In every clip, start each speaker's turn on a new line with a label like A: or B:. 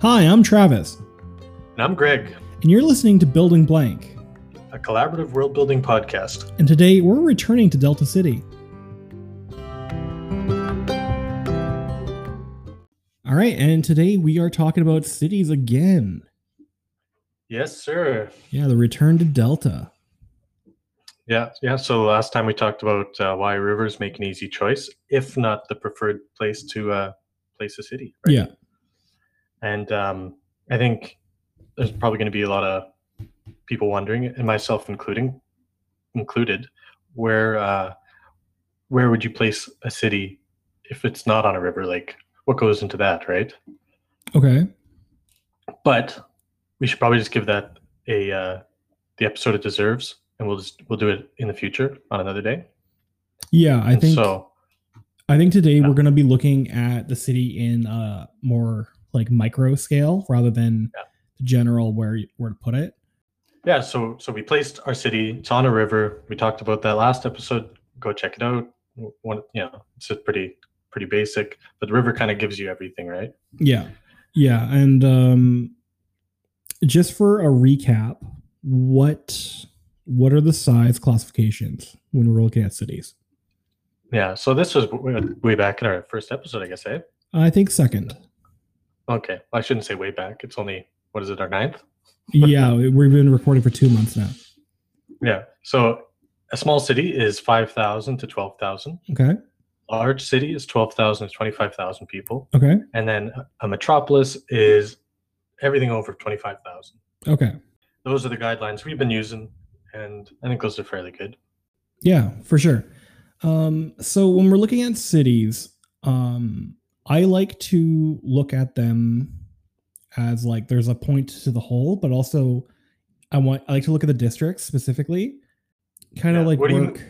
A: Hi, I'm Travis,
B: And I'm Greg,
A: and you're listening to Building Blank.
B: a collaborative world building podcast.
A: And today we're returning to Delta City. All right, and today we are talking about cities again.
B: Yes, sir.
A: Yeah, the return to Delta.
B: Yeah, yeah. So last time we talked about uh, why rivers make an easy choice, if not the preferred place to uh, place a city. right?
A: Yeah.
B: And um, I think there's probably going to be a lot of people wondering, and myself including included, where uh, where would you place a city if it's not on a river? Like, what goes into that, right?
A: Okay.
B: but we should probably just give that a uh, the episode it deserves, and we'll just we'll do it in the future on another day.
A: Yeah, I
B: And
A: think
B: so.
A: I think today
B: Yeah.
A: we're going to be looking at the city in a more like micro scale rather than
B: Yeah.
A: general where you- where to put it.
B: Yeah, so so we placed our city. It's on a river. We talked about that last episode. Go check it out. One, you know, it's just pretty pretty basic, but the river kind of gives you everything, right?
A: Yeah. Yeah. And um just for a recap, what what are the size classifications when we're looking at cities?
B: Yeah. So this was w- way back in our first episode, I guess. Eh?
A: I think second.
B: Okay. Well, I shouldn't say way back. It's only what is it? Our ninth.
A: yeah, we've been recording for two months now.
B: Yeah. So a small city is five thousand to twelve thousand.
A: Okay.
B: large city is 12,000 to 25,000 people.
A: Okay.
B: And then a metropolis is everything over 25,000.
A: Okay.
B: Those are the guidelines we've been using. And I think those are fairly good.
A: Yeah, for sure. Um, so when we're looking at cities, um, I like to look at them as like there's a point to the whole, but also I want I like to look at the districts specifically, kind of
B: Yeah,
A: like
B: what do you-
A: work.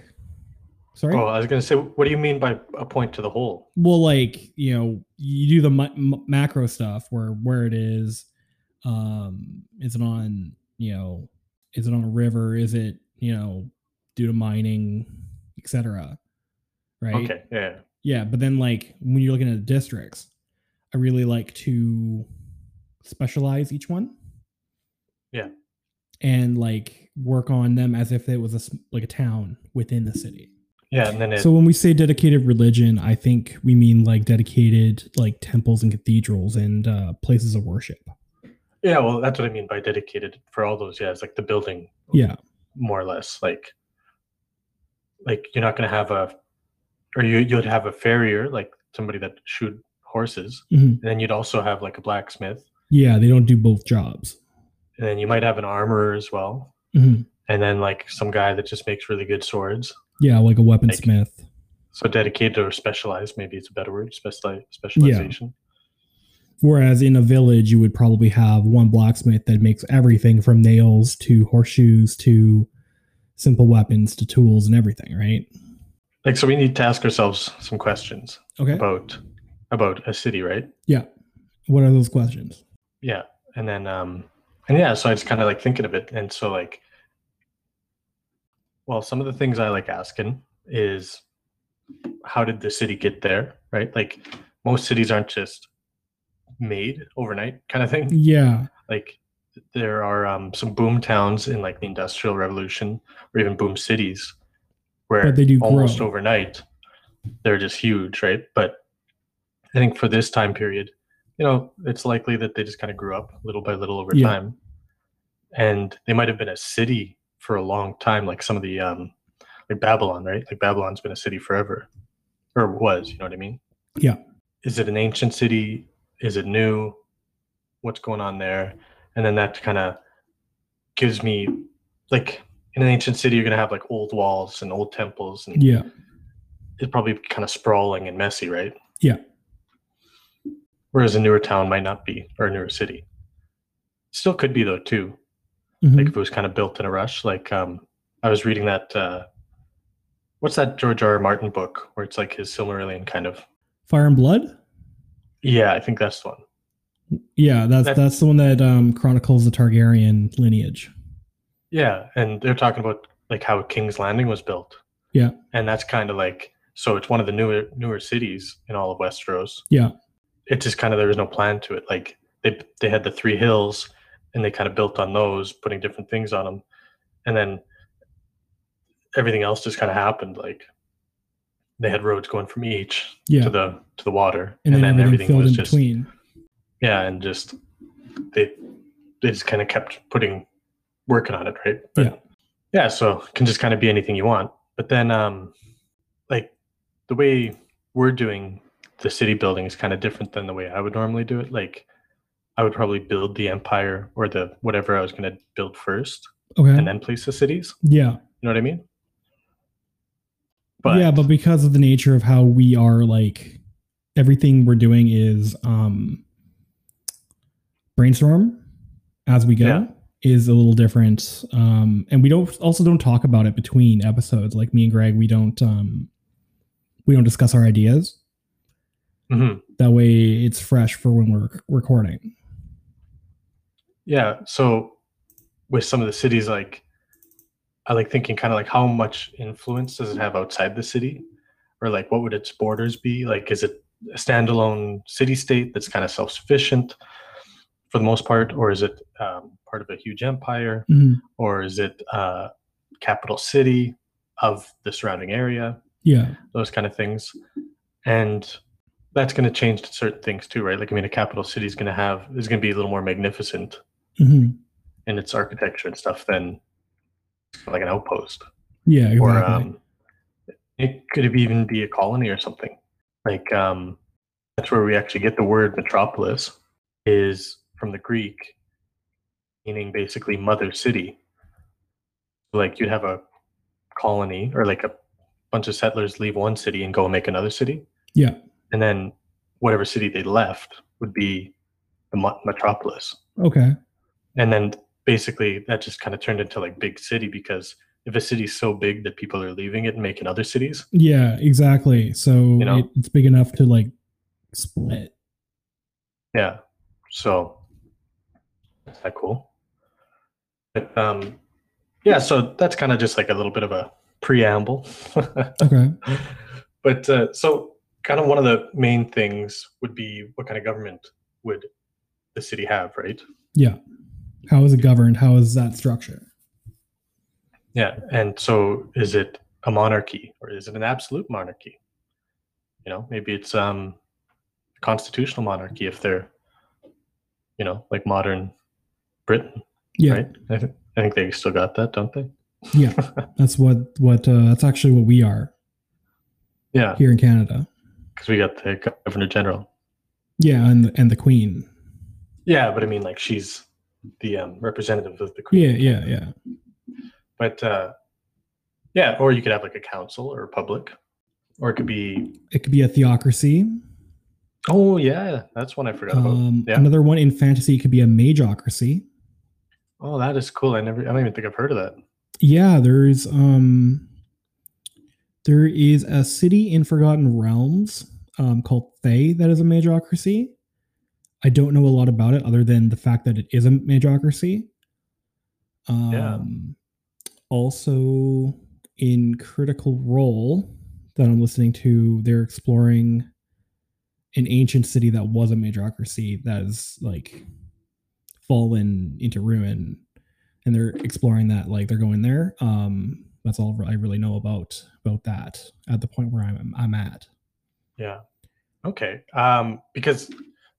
A: Sorry.
B: Oh, I was going to say, what do you mean by a point to the whole?
A: Well, like you know, you do the mi- m- macro stuff where where it is. Um, is it on you know? Is it on a river? Is it you know due to mining, etc. Right.
B: Okay. Yeah.
A: Yeah, but then like when you're looking at the districts, I really like to specialize each one.
B: Yeah.
A: And like work on them as if it was a s- like a town within the city.
B: Yeah. And then it,
A: So when we say dedicated religion, I think we mean like dedicated like temples and cathedrals and uh, places of worship.
B: yeah, well, that's what I mean by dedicated for all those. Yeah. It's like the building,
A: Yeah.
B: more or less. Like, like you're not going to have a, or you, you'd have a farrier, like somebody that shoot horses.
A: Mhm.
B: And then you'd also have like a blacksmith.
A: Yeah, they don't do both jobs.
B: and then you might have an armorer as well
A: Mhm.
B: and then like some guy that just makes really good swords
A: Yeah, like a weaponsmith.
B: so dedicated or specialized maybe it's a better word speciali- specialization
A: Whereas in a village, you would probably have one blacksmith that makes everything from nails to horseshoes to simple weapons to tools and everything, right?
B: like so we need to ask ourselves some questions
A: Okay.
B: about about a city right
A: Yeah. What are those questions?
B: yeah and then um and yeah so i just kind of like thinking of it and so like well some of the things i like asking is how did the city get there right like most cities aren't just made overnight kind of thing
A: Yeah.
B: like there are um, some boom towns in like the industrial revolution or even boom cities where
A: But they do grow.
B: almost overnight they're just huge right but i think for this time period you know it's likely that they just kind of grew up little by little over
A: Yeah.
B: time and they might have been a city for a long time like some of the um like babylon right like babylon's been a city forever or was you know what i mean
A: Yeah.
B: is it an ancient city is it new what's going on there and then that kind of gives me like in an ancient city you're going to have like old walls and old temples and
A: Yeah.
B: it's probably kind of sprawling and messy right
A: Yeah.
B: whereas a newer town might not be or a newer city still could be though too
A: Mhm.
B: like if it was kind of built in a rush like um i was reading that uh what's that george r. r martin book where it's like his silmarillion kind of
A: Fire and Blood?
B: yeah i think that's the one
A: Yeah, that's
B: That-
A: that's the one that um, chronicles the Targaryen lineage.
B: Yeah, and they're talking about like how King's Landing was built.
A: Yeah.
B: And that's kind of like so it's one of the newer newer cities in all of Westeros.
A: Yeah.
B: It just kind of there was no plan to it. Like they they they had the three hills and they kind of built on those, putting different things on them, and then everything else just kind of happened. Like they had roads going from each
A: Yeah.
B: to the to the water,
A: and,
B: and,
A: then,
B: then
A: everything,
B: everything
A: filled
B: was
A: in
B: just
A: between.
B: yeah, and just they they just kind of kept putting working on it, right? yeah, so it can just kind of be anything you want. But then um like the way we're doing the city building is kind of different than the way I would normally do it. Like I would probably build the empire or the whatever I was gonna build first
A: Okay.
B: and then place the cities.
A: Yeah.
B: You know what I mean? But
A: yeah, but because of the nature of how we are, like everything we're doing is um brainstorm as we go
B: Yeah.
A: is a little different. Um and we don't also don't talk about it between episodes. Like me and Greg, we don't um we don't discuss our ideas.
B: Mhm.
A: That way it's fresh for when we're rec- recording.
B: Yeah. So with some of the cities, like I like thinking kind of like how much influence does it have outside the city? Or like what would its borders be? Like is it a standalone city state that's kind of self sufficient for the most part? Or is it um, part of a huge empire?
A: Mhm.
B: Or is it uh, capital city of the surrounding area?
A: Yeah.
B: Those kind of things. And that's going to change certain things too, right? Like, I mean, a capital city is going to have, is going to be a little more magnificent
A: hmm
B: in its architecture and stuff than like an outpost
A: Yeah, exactly.
B: or um, it could have even be a colony or something like um, that's where we actually get the word metropolis is from the greek meaning basically mother city like you'd have a colony or like a bunch of settlers leave one city and go and make another city
A: Yeah.
B: and then whatever city they left would be the mo- metropolis
A: okay.
B: and then basically that just kind of turned into like big city because if a city's so big that people are leaving it and making other cities
A: Yeah, exactly. So
B: know?
A: it, it's big enough to like split.
B: yeah so that's that cool but um yeah so that's kind of just like a little bit of a preamble
A: Okay.
B: but uh, so kind of one of the main things would be what kind of government would the city have right
A: How is it governed? How is that structure?
B: Yeah, and so is it a monarchy or is it an absolute monarchy? You know, maybe it's um constitutional monarchy if they're you know, like modern Britain,
A: Yeah,
B: right? I, th- I think they still got that, don't they?
A: that's what what uh, that's actually what we are
B: Yeah,
A: here in Canada.
B: because we got the governor general.
A: Yeah, and the, and the queen.
B: Yeah, but I mean like she's the um representative of the queen.
A: Yeah, yeah, yeah.
B: But uh yeah, or you could have like a council or a public or it could be
A: It could be a theocracy.
B: Oh yeah, that's one I forgot about.
A: Um,
B: Uh-huh. Yeah.
A: Another one in fantasy it could be a magocracy.
B: Oh, that is cool. I never I don't even think I've heard of that.
A: Yeah, there's um, there is a city in Forgotten Realms um, called Thay that is a magocracy. I don't know a lot about it other than the fact that it is a magocracy. Um,
B: Yeah.
A: Also, in Critical Role that I'm listening to, they're exploring an ancient city that was a magocracy that is like fallen into ruin and they're exploring that like they're going there um that's all i really know about about that at the point where i'm i'm at
B: Yeah. Okay. Um, because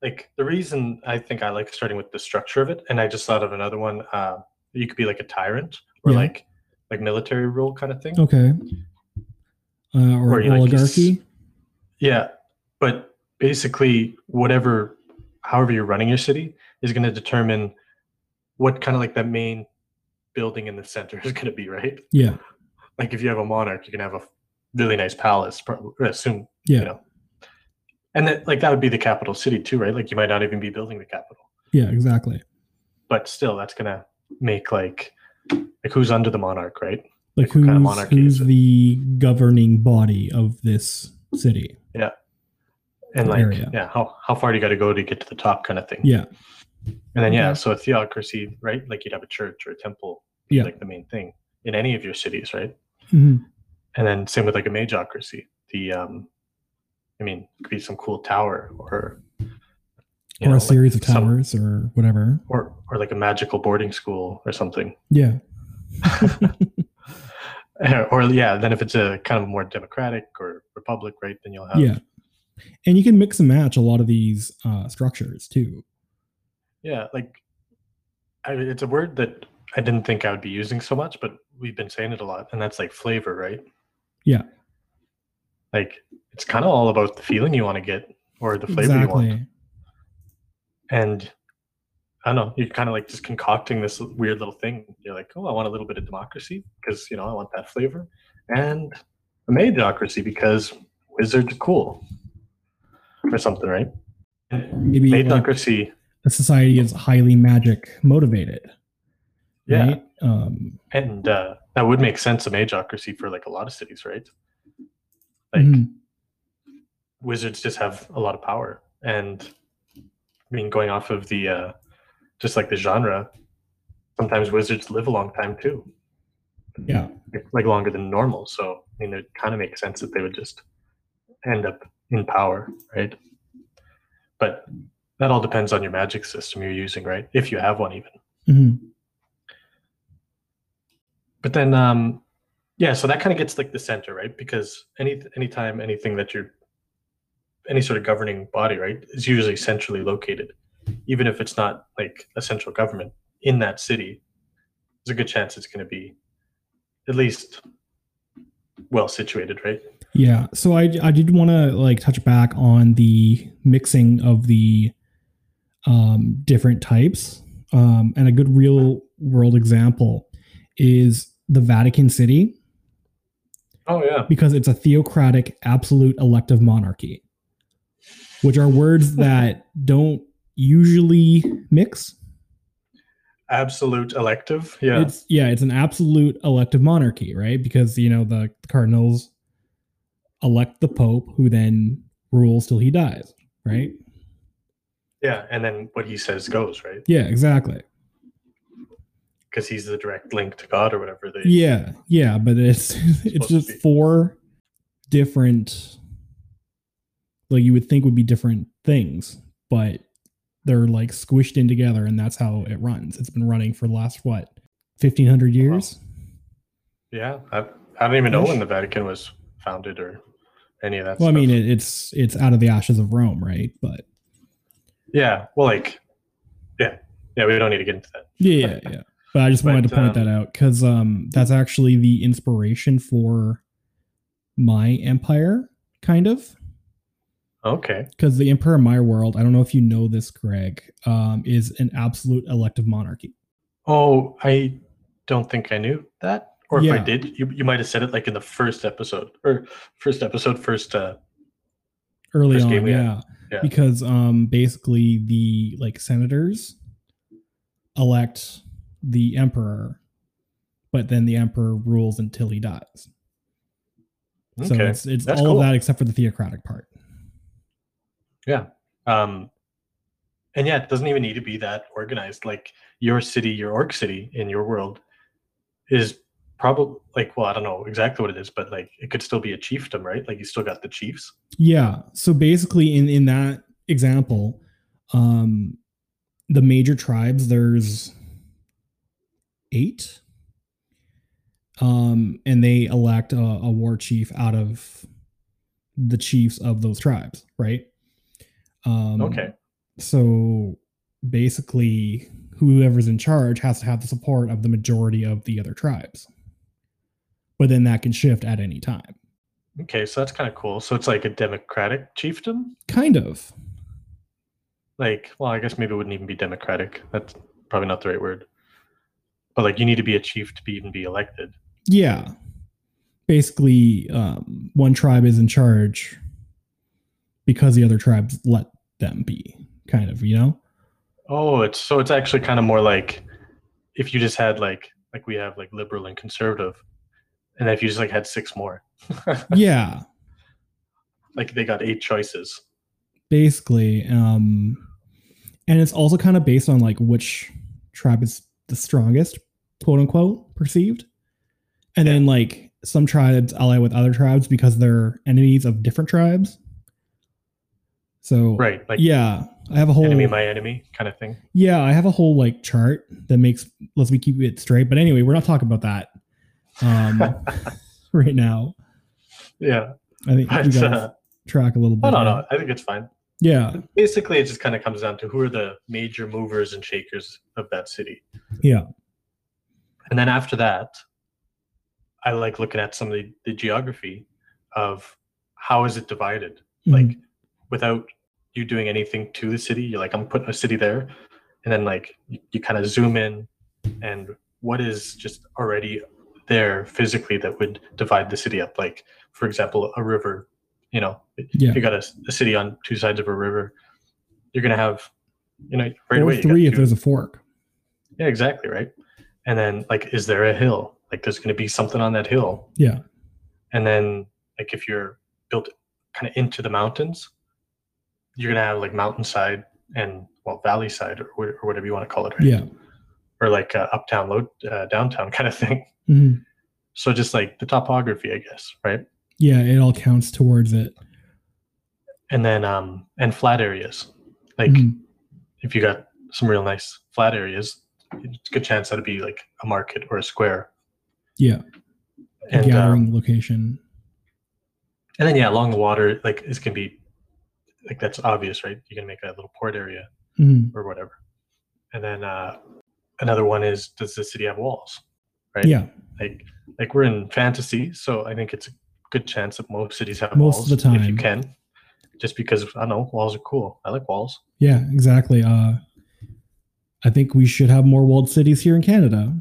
B: like the reason I think I like starting with the structure of it, and I just thought of another one. Uh, you could be like a tyrant or
A: Yeah. Oh.
B: like like military rule kind of thing.
A: okay uh, or,
B: Or you like this-
A: oligarchy
B: Yeah. But basically, whatever, however you're running your city is going to determine what kind of like the main building in the center is going to be, right?
A: yeah
B: Like if you have a monarch, you can have a really nice palace, probably, assume,
A: yeah
B: you know. And that, like that would be the capital city too, right? Like you might not even be building the capital.
A: yeah exactly
B: but still that's gonna make like like who's under the monarch right
A: like
B: Like, what
A: who's,
B: kind of monarchy
A: who's
B: is it?
A: the governing body of this city
B: and like
A: Area.
B: yeah how, how far do you got to go to get to the top kind of thing
A: yeah
B: and then yeah
A: Okay.
B: so a theocracy right like you'd have a church or a temple
A: Yeah.
B: like the main thing in any of your cities right
A: Mhm.
B: and then same with like a magocracy the um i mean it could be some cool tower or you
A: or
B: know,
A: a
B: like
A: series of
B: some-
A: towers or whatever.
B: or or like a magical boarding school or something.
A: Yeah.
B: or yeah, then if it's a kind of more democratic or republic, right? Then you'll have
A: Yeah. And you can mix and match a lot of these uh, structures too.
B: Yeah, like I mean, it's a word that I didn't think I would be using so much, but we've been saying it a lot, and that's like flavor, right?
A: Yeah.
B: Like it's kind of all about the feeling you want to get or the flavor you want.
A: Exactly.
B: And I don't know, you're kind of like just concocting this weird little thing. You're like, oh, I want a little bit of democracy because you know I want that flavor, and I made democracy because wizards are cool or something, right?
A: Maybe
B: Made
A: like,
B: democracy,
A: a society is highly magic motivated.
B: yeah.
A: Right? Um,
B: And uh, that would make sense of magocracy for like a lot of cities, right? Like
A: mhm.
B: wizards just have a lot of power. And I mean, going off of the uh, just like the genre, sometimes wizards live a long time too,
A: yeah.
B: like, like longer than normal. So I mean, it kind of makes sense that they would just end up in power, right? But that all depends on your magic system you're using, right? If you have one, even.
A: Mhm.
B: but then um yeah so that kind of gets like the center right because any anytime anything that you're any sort of governing body right is usually centrally located even if it's not like a central government in that city there's a good chance it's going to be at least well situated right
A: Yeah. So I I did want to like touch back on the mixing of the um, different types. Um, and a good real world example is the Vatican City
B: oh yeah
A: because it's a theocratic absolute elective monarchy, which are words that don't usually mix.
B: absolute elective yeah
A: It's yeah, it's an absolute elective monarchy, right? Because you know the cardinals elect the pope who then rules till he dies, right?
B: yeah and then what he says goes right
A: Yeah, exactly.
B: because he's the direct link to god or whatever they
A: Yeah, yeah, but it's it's
B: Supposed to
A: just
B: be.
A: four different like you would think would be different things, but they're like squished in together and that's how it runs. It's been running for the last what 1500 years.
B: yeah i, I don't even know
A: Ish.
B: when the vatican was founded or any of that
A: Well, I
B: stuff.
A: mean, it, it's it's out of the ashes of Rome, right? But
B: Yeah. Well, like, yeah, yeah. We don't need to get into that.
A: Yeah, yeah, yeah. But I just wanted to
B: But,
A: point
B: um,
A: that out because um, that's actually the inspiration for my empire, kind of.
B: Okay.
A: Because the emperor of my world, I don't know if you know this, Greg, um, is an absolute elective monarchy.
B: Oh, I don't think I knew that. Or if I
A: Yeah.
B: did, you you might have said it like in the first episode or first episode first. Uh,
A: Early
B: First
A: on,
B: game we had.
A: yeah.
B: Yeah.
A: Because um, basically the like senators elect the emperor, but then the emperor rules until he dies. So
B: okay.
A: it's it's
B: That's
A: all
B: cool.
A: of that except for the theocratic part.
B: um, and yeah, it doesn't even need to be that organized. Like your city, your org city in your world is probably like well, I don't know exactly what it is, but like it could still be a chiefdom, right? Like you still got the chiefs.
A: Yeah. So basically, in in that example, um, the major tribes there's eight, um, and they elect a, a war chief out of the chiefs of those tribes, right? Um,
B: Okay.
A: So basically, whoever's in charge has to have the support of the majority of the other tribes, but then that can shift at any time.
B: Okay, so that's kind of cool. So it's like a democratic chiefdom.
A: Kind of.
B: like well i guess maybe it wouldn't even be democratic that's probably not the right word but like you need to be a chief to be even be elected
A: Yeah. Basically, um, one tribe is in charge because the other tribes let them be, kind of, you know?
B: oh it's so it's actually kind of more like if you just had like like we have like liberal and conservative and if you just like had six more
A: yeah,
B: like they got eight choices
A: basically. Um, and it's also kind of based on like which tribe is the strongest, quote unquote, perceived. And then like some tribes ally with other tribes because they're enemies of different tribes. So
B: right like
A: yeah, I have a whole
B: enemy my enemy kind of thing.
A: yeah, I have a whole like chart that makes lets me keep it straight. But anyway, we're not talking about that um, right now.
B: Yeah,
A: I think
B: but
A: we got
B: uh,
A: off track a little bit.
B: I don't
A: there.
B: know. I think it's fine.
A: Yeah,
B: Basically, it just kind of comes down to who are the major movers and shakers of that city,
A: yeah,
B: and then after that, I like looking at some of the, the geography of how is it divided,
A: Mhm.
B: like without you doing anything to the city. You're like, I'm putting a city there, and then like you, you kind of zoom in, and what is just already there physically that would divide the city up? Like, for example, a river. You know,
A: yeah,
B: if you got a, a city on two sides of a river, you're gonna have, you know, right
A: or
B: away. you got
A: three if
B: two-
A: there's a fork.
B: yeah, exactly right. And then like, is there a hill? Like, there's gonna be something on that hill.
A: Yeah,
B: And then like, if you're built kind of into the mountains, you're gonna have like mountainside and well, valley side or, wh- or whatever you want to call it, right?
A: yeah,
B: Or like uh, uptown, low, uh, downtown kind of thing.
A: Mhm.
B: So just like the topography, I guess, right?
A: yeah. It all counts towards it.
B: And then um and flat areas, like.
A: Mhm.
B: if you got some real nice flat areas, it's a good chance that'd be like a market or a square.
A: Yeah, a
B: And um,
A: gathering location.
B: and then yeah, along the water, like it's gonna be like that's obvious, right? You can make that little port area
A: Mhm.
B: or whatever. And then uh, another one is does the city have walls? Right.
A: Yeah,
B: Like like we're in fantasy, so I think it's a good chance that most cities have
A: Most
B: walls
A: of the
B: if you
A: time.
B: can. Just because I don't know, walls are cool. I like walls.
A: yeah, exactly. Uh, I think we should have more walled cities here in Canada.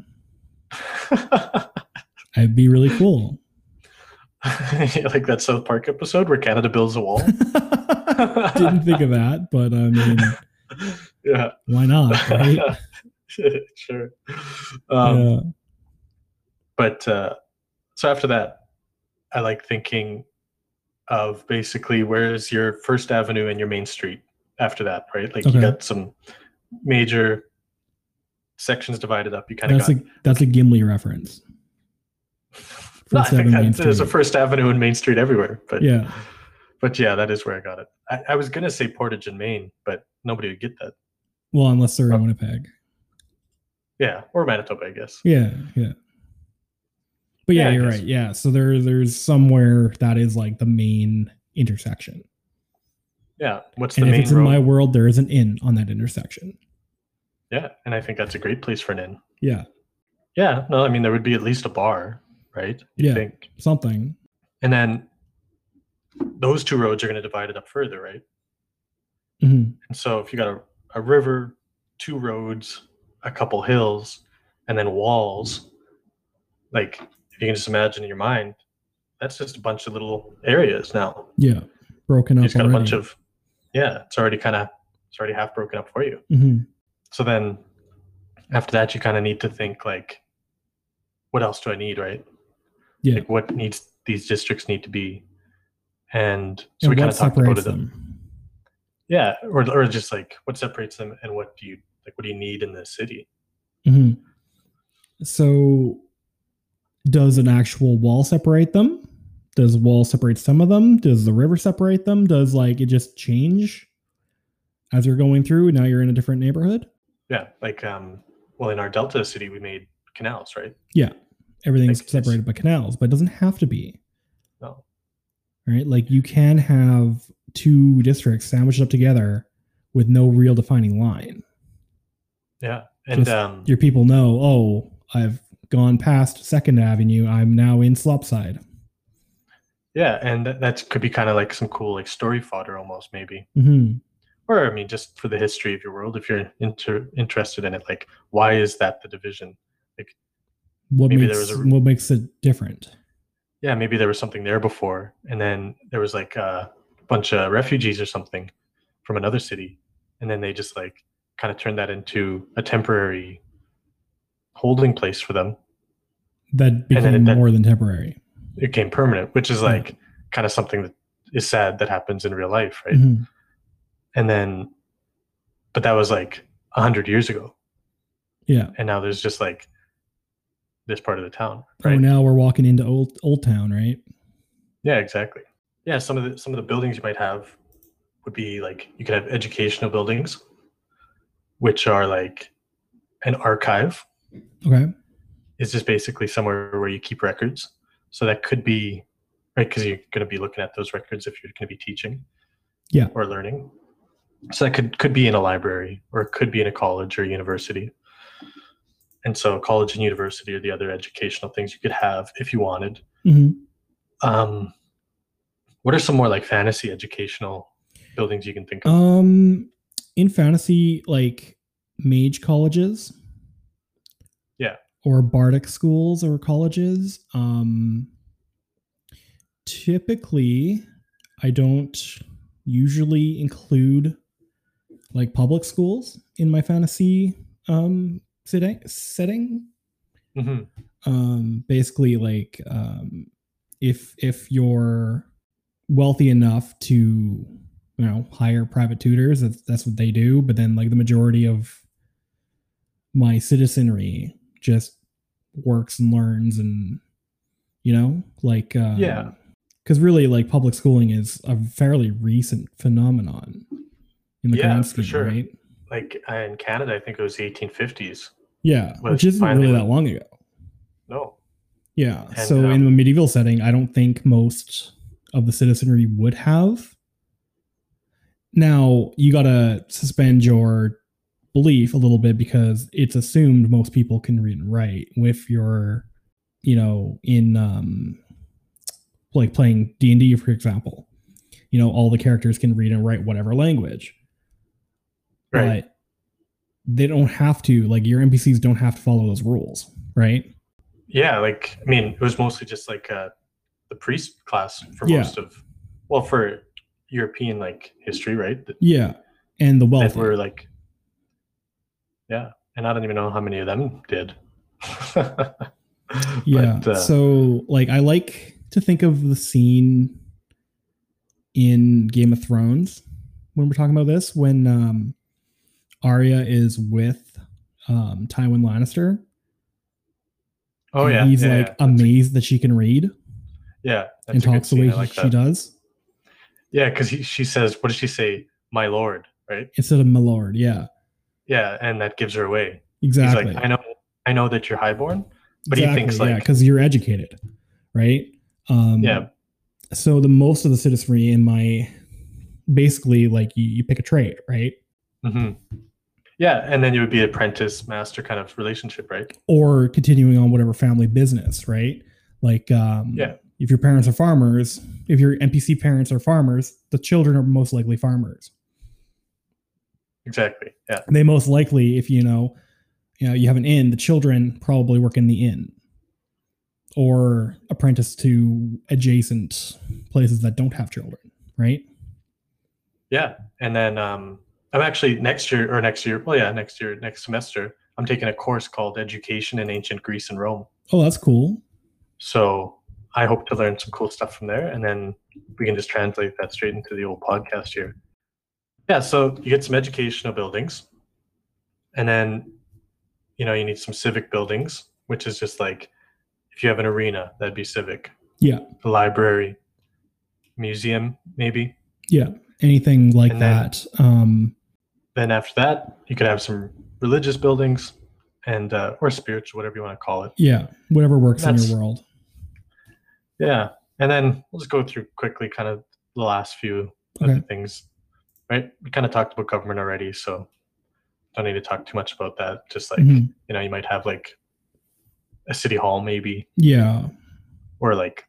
A: It'd be really cool.
B: like that South Park episode where Canada builds a wall.
A: Didn't think of that, but I mean,
B: yeah.
A: why not? Right?
B: sure. Um,
A: Yeah.
B: But uh, so after that, I like thinking of basically where's your First Avenue and your main street after that, right? Like
A: Okay.
B: you got some major sections divided up. You kind of
A: that's
B: got.
A: a that's a Gimli reference.
B: No, I
A: First Avenue,
B: think
A: Main
B: that there's a
A: Street.
B: First Avenue and Main Street everywhere. But
A: Yeah,
B: but yeah, that is where I got it. I, I was gonna say Portage and Maine, but nobody would get that.
A: well, unless they're
B: Oh.
A: in Winnipeg.
B: Yeah, or Manitoba, I guess.
A: Yeah, yeah. But
B: Yeah,
A: yeah,
B: I
A: you're
B: guess.
A: right. Yeah, so there there's somewhere that is like the main intersection,
B: Yeah. What's
A: and
B: the
A: if
B: main
A: it's in
B: road?
A: my world, there is an inn on that intersection.
B: Yeah, and I think that's a great place for an inn.
A: Yeah,
B: Yeah, no, I mean there would be at least a bar, right? You
A: Yeah.
B: think,
A: something.
B: and then those two roads are going to divide it up further, right?
A: Mhm.
B: And so if you got a, a river, two roads, a couple hills, and then walls, like if you can just imagine in your mind, that's just a bunch of little areas now.
A: Yeah, broken
B: You
A: up.
B: just got a bunch
A: already.
B: of, yeah, it's already kind of it's already half broken up for you.
A: Mhm.
B: so then after that you kind of need to think like what else do i need right
A: Yeah.
B: like what needs these districts need to be and so
A: And
B: we kind
A: what
B: of talked about
A: separates
B: it
A: them.
B: yeah or, or just like what separates them and what do you like what do you need in the city
A: hmm So, does an actual wall separate them? Does wall separate some of them? Does the river separate them? Does like it just change as you're going through? Now you're in a different neighborhood.
B: yeah like um well in our delta city we made canals right
A: Everything's
B: Like, it's-
A: separated by canals, but it doesn't have to be.
B: no
A: Right? Like you can have two districts sandwiched up together with no real defining line.
B: yeah and
A: Just
B: um
A: Your people know, oh, I've gone past Second Avenue. I'm now in Slopside.
B: yeah and that that's- could be kind of like some cool like story fodder almost maybe
A: hmm
B: or I mean, just for the history of your world, if you're inter- interested in it, like why is that the division?
A: What
B: Maybe there
A: makes
B: was a-
A: what makes it different?
B: Yeah, maybe there was something there before, and then there was like uh, a bunch of refugees or something from another city, and then they just like kind of turned that into a temporary holding place for them.
A: that
B: then
A: became
B: that-
A: more than temporary.
B: It became permanent, which is
A: Yeah.
B: like kind of something that is sad that happens in real life, right?
A: Mhm.
B: And then, but that was like a hundred years ago,
A: Yeah. Oh,
B: and now there's just like this part of the town, right?
A: Oh, now we're walking into old old town, right?
B: Yeah, exactly. Yeah, some of the some of the buildings you might have would be like you could have educational buildings, which are like an archive.
A: Okay.
B: It's just basically somewhere where you keep records. So that could be right because you're going to be looking at those records if you're going to be teaching,
A: Yeah.
B: or learning. So that could could be in a library or it could be in a college or university. And so college and university are the other educational things you could have if you wanted.
A: hmm
B: Um, what are some more like fantasy educational buildings you can think of?
A: Um, in fantasy, like mage colleges.
B: Yeah.
A: Or bardic schools or colleges. Um, typically, I don't usually include like public schools in my fantasy um, setting. setting
B: Mhm.
A: um basically like um if if you're wealthy enough to you know hire private tutors that's that's what they do but then like the majority of my citizenry just works and learns and you know like uh
B: Yeah.
A: because really like public schooling is a fairly recent phenomenon in the
B: Yeah,
A: grand
B: for
A: scheme
B: sure.
A: right
B: Like uh, in Canada, I think it was the 1850s.
A: yeah
B: Well,
A: which isn't
B: finally
A: really
B: when-
A: that long ago
B: No,
A: Yeah.
B: And,
A: so in
B: um,
A: a medieval setting, I don't think most of the citizenry would have. Now you gotta suspend your belief a little bit because it's assumed most people can read and write. If you're, you know, in um, like playing D and D, for example, you know, all the characters can read and write whatever language
B: right?
A: but they don't have to. Like your NPCs don't have to follow those rules, right?
B: Yeah, like I mean, it was mostly just like uh, the priest class for
A: Yeah.
B: most of, well, for European like history, right? That,
A: Yeah, and the
B: that
A: wealth.
B: were like, yeah, and I don't even know how many of them did.
A: yeah
B: But, uh,
A: so like i like to think of the scene in game of thrones when we're talking about this when um Arya is with um tywin lannister
B: oh
A: and
B: yeah,
A: he's
B: yeah,
A: like
B: yeah.
A: amazed that she can read
B: yeah, that's
A: and
B: a good
A: talks the
B: scene.
A: way
B: I like
A: she
B: that.
A: does
B: Yeah, because she says, what does she say? My lord, right?
A: instead of my lord yeah
B: Yeah, and that gives her away.
A: exactly
B: He's like, I know, I know that you're highborn. but he
A: exactly,
B: thinks,
A: yeah
B: like-
A: because you're educated right um
B: Yeah.
A: so the most of the citizenry in my basically like you, you pick a trade right
B: hmm Yeah, and then you would be apprentice master kind of relationship, right?
A: or continuing on whatever family business, right? Like, um,
B: Yeah.
A: if your parents are farmers, if your NPC parents are farmers, the children are most likely farmers.
B: Exactly. Yeah.
A: They most likely, if you know, you know, you have an inn, the children probably work in the inn or apprentice to adjacent places that don't have children, right?
B: Yeah. And then um, I'm actually next year or next year. Well, yeah, next year, next semester, I'm taking a course called Education in Ancient Greece and Rome.
A: Oh, that's cool.
B: So I hope to learn some cool stuff from there, and then we can just translate that straight into the old podcast here. Yeah, so you get some educational buildings, and then you know you need some civic buildings, which is just like if you have an arena, that'd be civic.
A: Yeah.
B: a library, museum, maybe.
A: Yeah. Anything like
B: And then-
A: that. Um,
B: Then after that, you could have some religious buildings, and uh, or spiritual, whatever you want to call it.
A: yeah. Whatever works in
B: That's-
A: your world.
B: Yeah. And then we'll just go through quickly kind of the last few of
A: Okay.
B: the things. Right? We kind of talked about government already, so don't need to talk too much about that. Just like,
A: Mhm.
B: you know, you might have like a city hall maybe
A: Yeah.
B: or like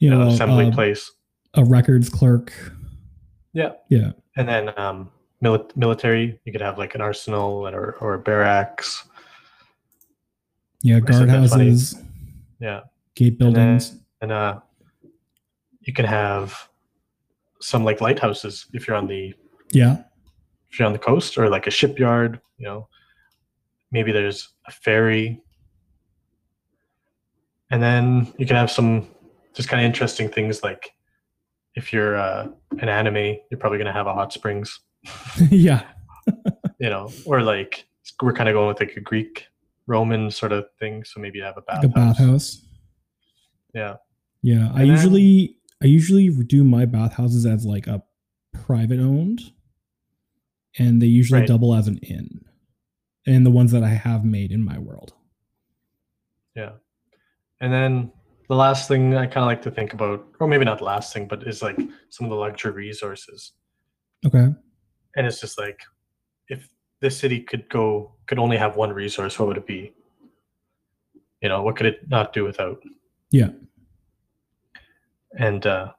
A: You
B: an
A: know,
B: assembly
A: uh,
B: place.
A: a records clerk.
B: Yeah.
A: Yeah.
B: And then um mili- military, you could have like an arsenal and or, or a barracks.
A: Yeah.
B: I said that's funny.
A: Guardhouses,
B: Yeah.
A: gate
B: And then-
A: buildings.
B: And uh you can have some like lighthouses if you're on the
A: yeah.
B: if you're on the coast or like a shipyard, you know, maybe there's a ferry. And then you can have some just kind of interesting things like if you're uh, an anime, you're probably going to have a hot springs,
A: yeah.
B: you know, or like we're kind of going with like a Greek Roman sort of thing. So maybe you have a
A: Like a
B: bathhouse.
A: bathhouse.
B: Yeah.
A: Yeah. I
B: And then-
A: usually, I usually do my bathhouses as like a private owned, and they usually
B: Right.
A: double as an inn. And the ones that I have made in my world.
B: And then the last thing I kind of like to think about, or maybe not the last thing, but is like some of the luxury resources.
A: Okay.
B: And it's just like, if this city could go, could only have one resource, what would it be? You know, what could it not do without?
A: Yeah.
B: And uh,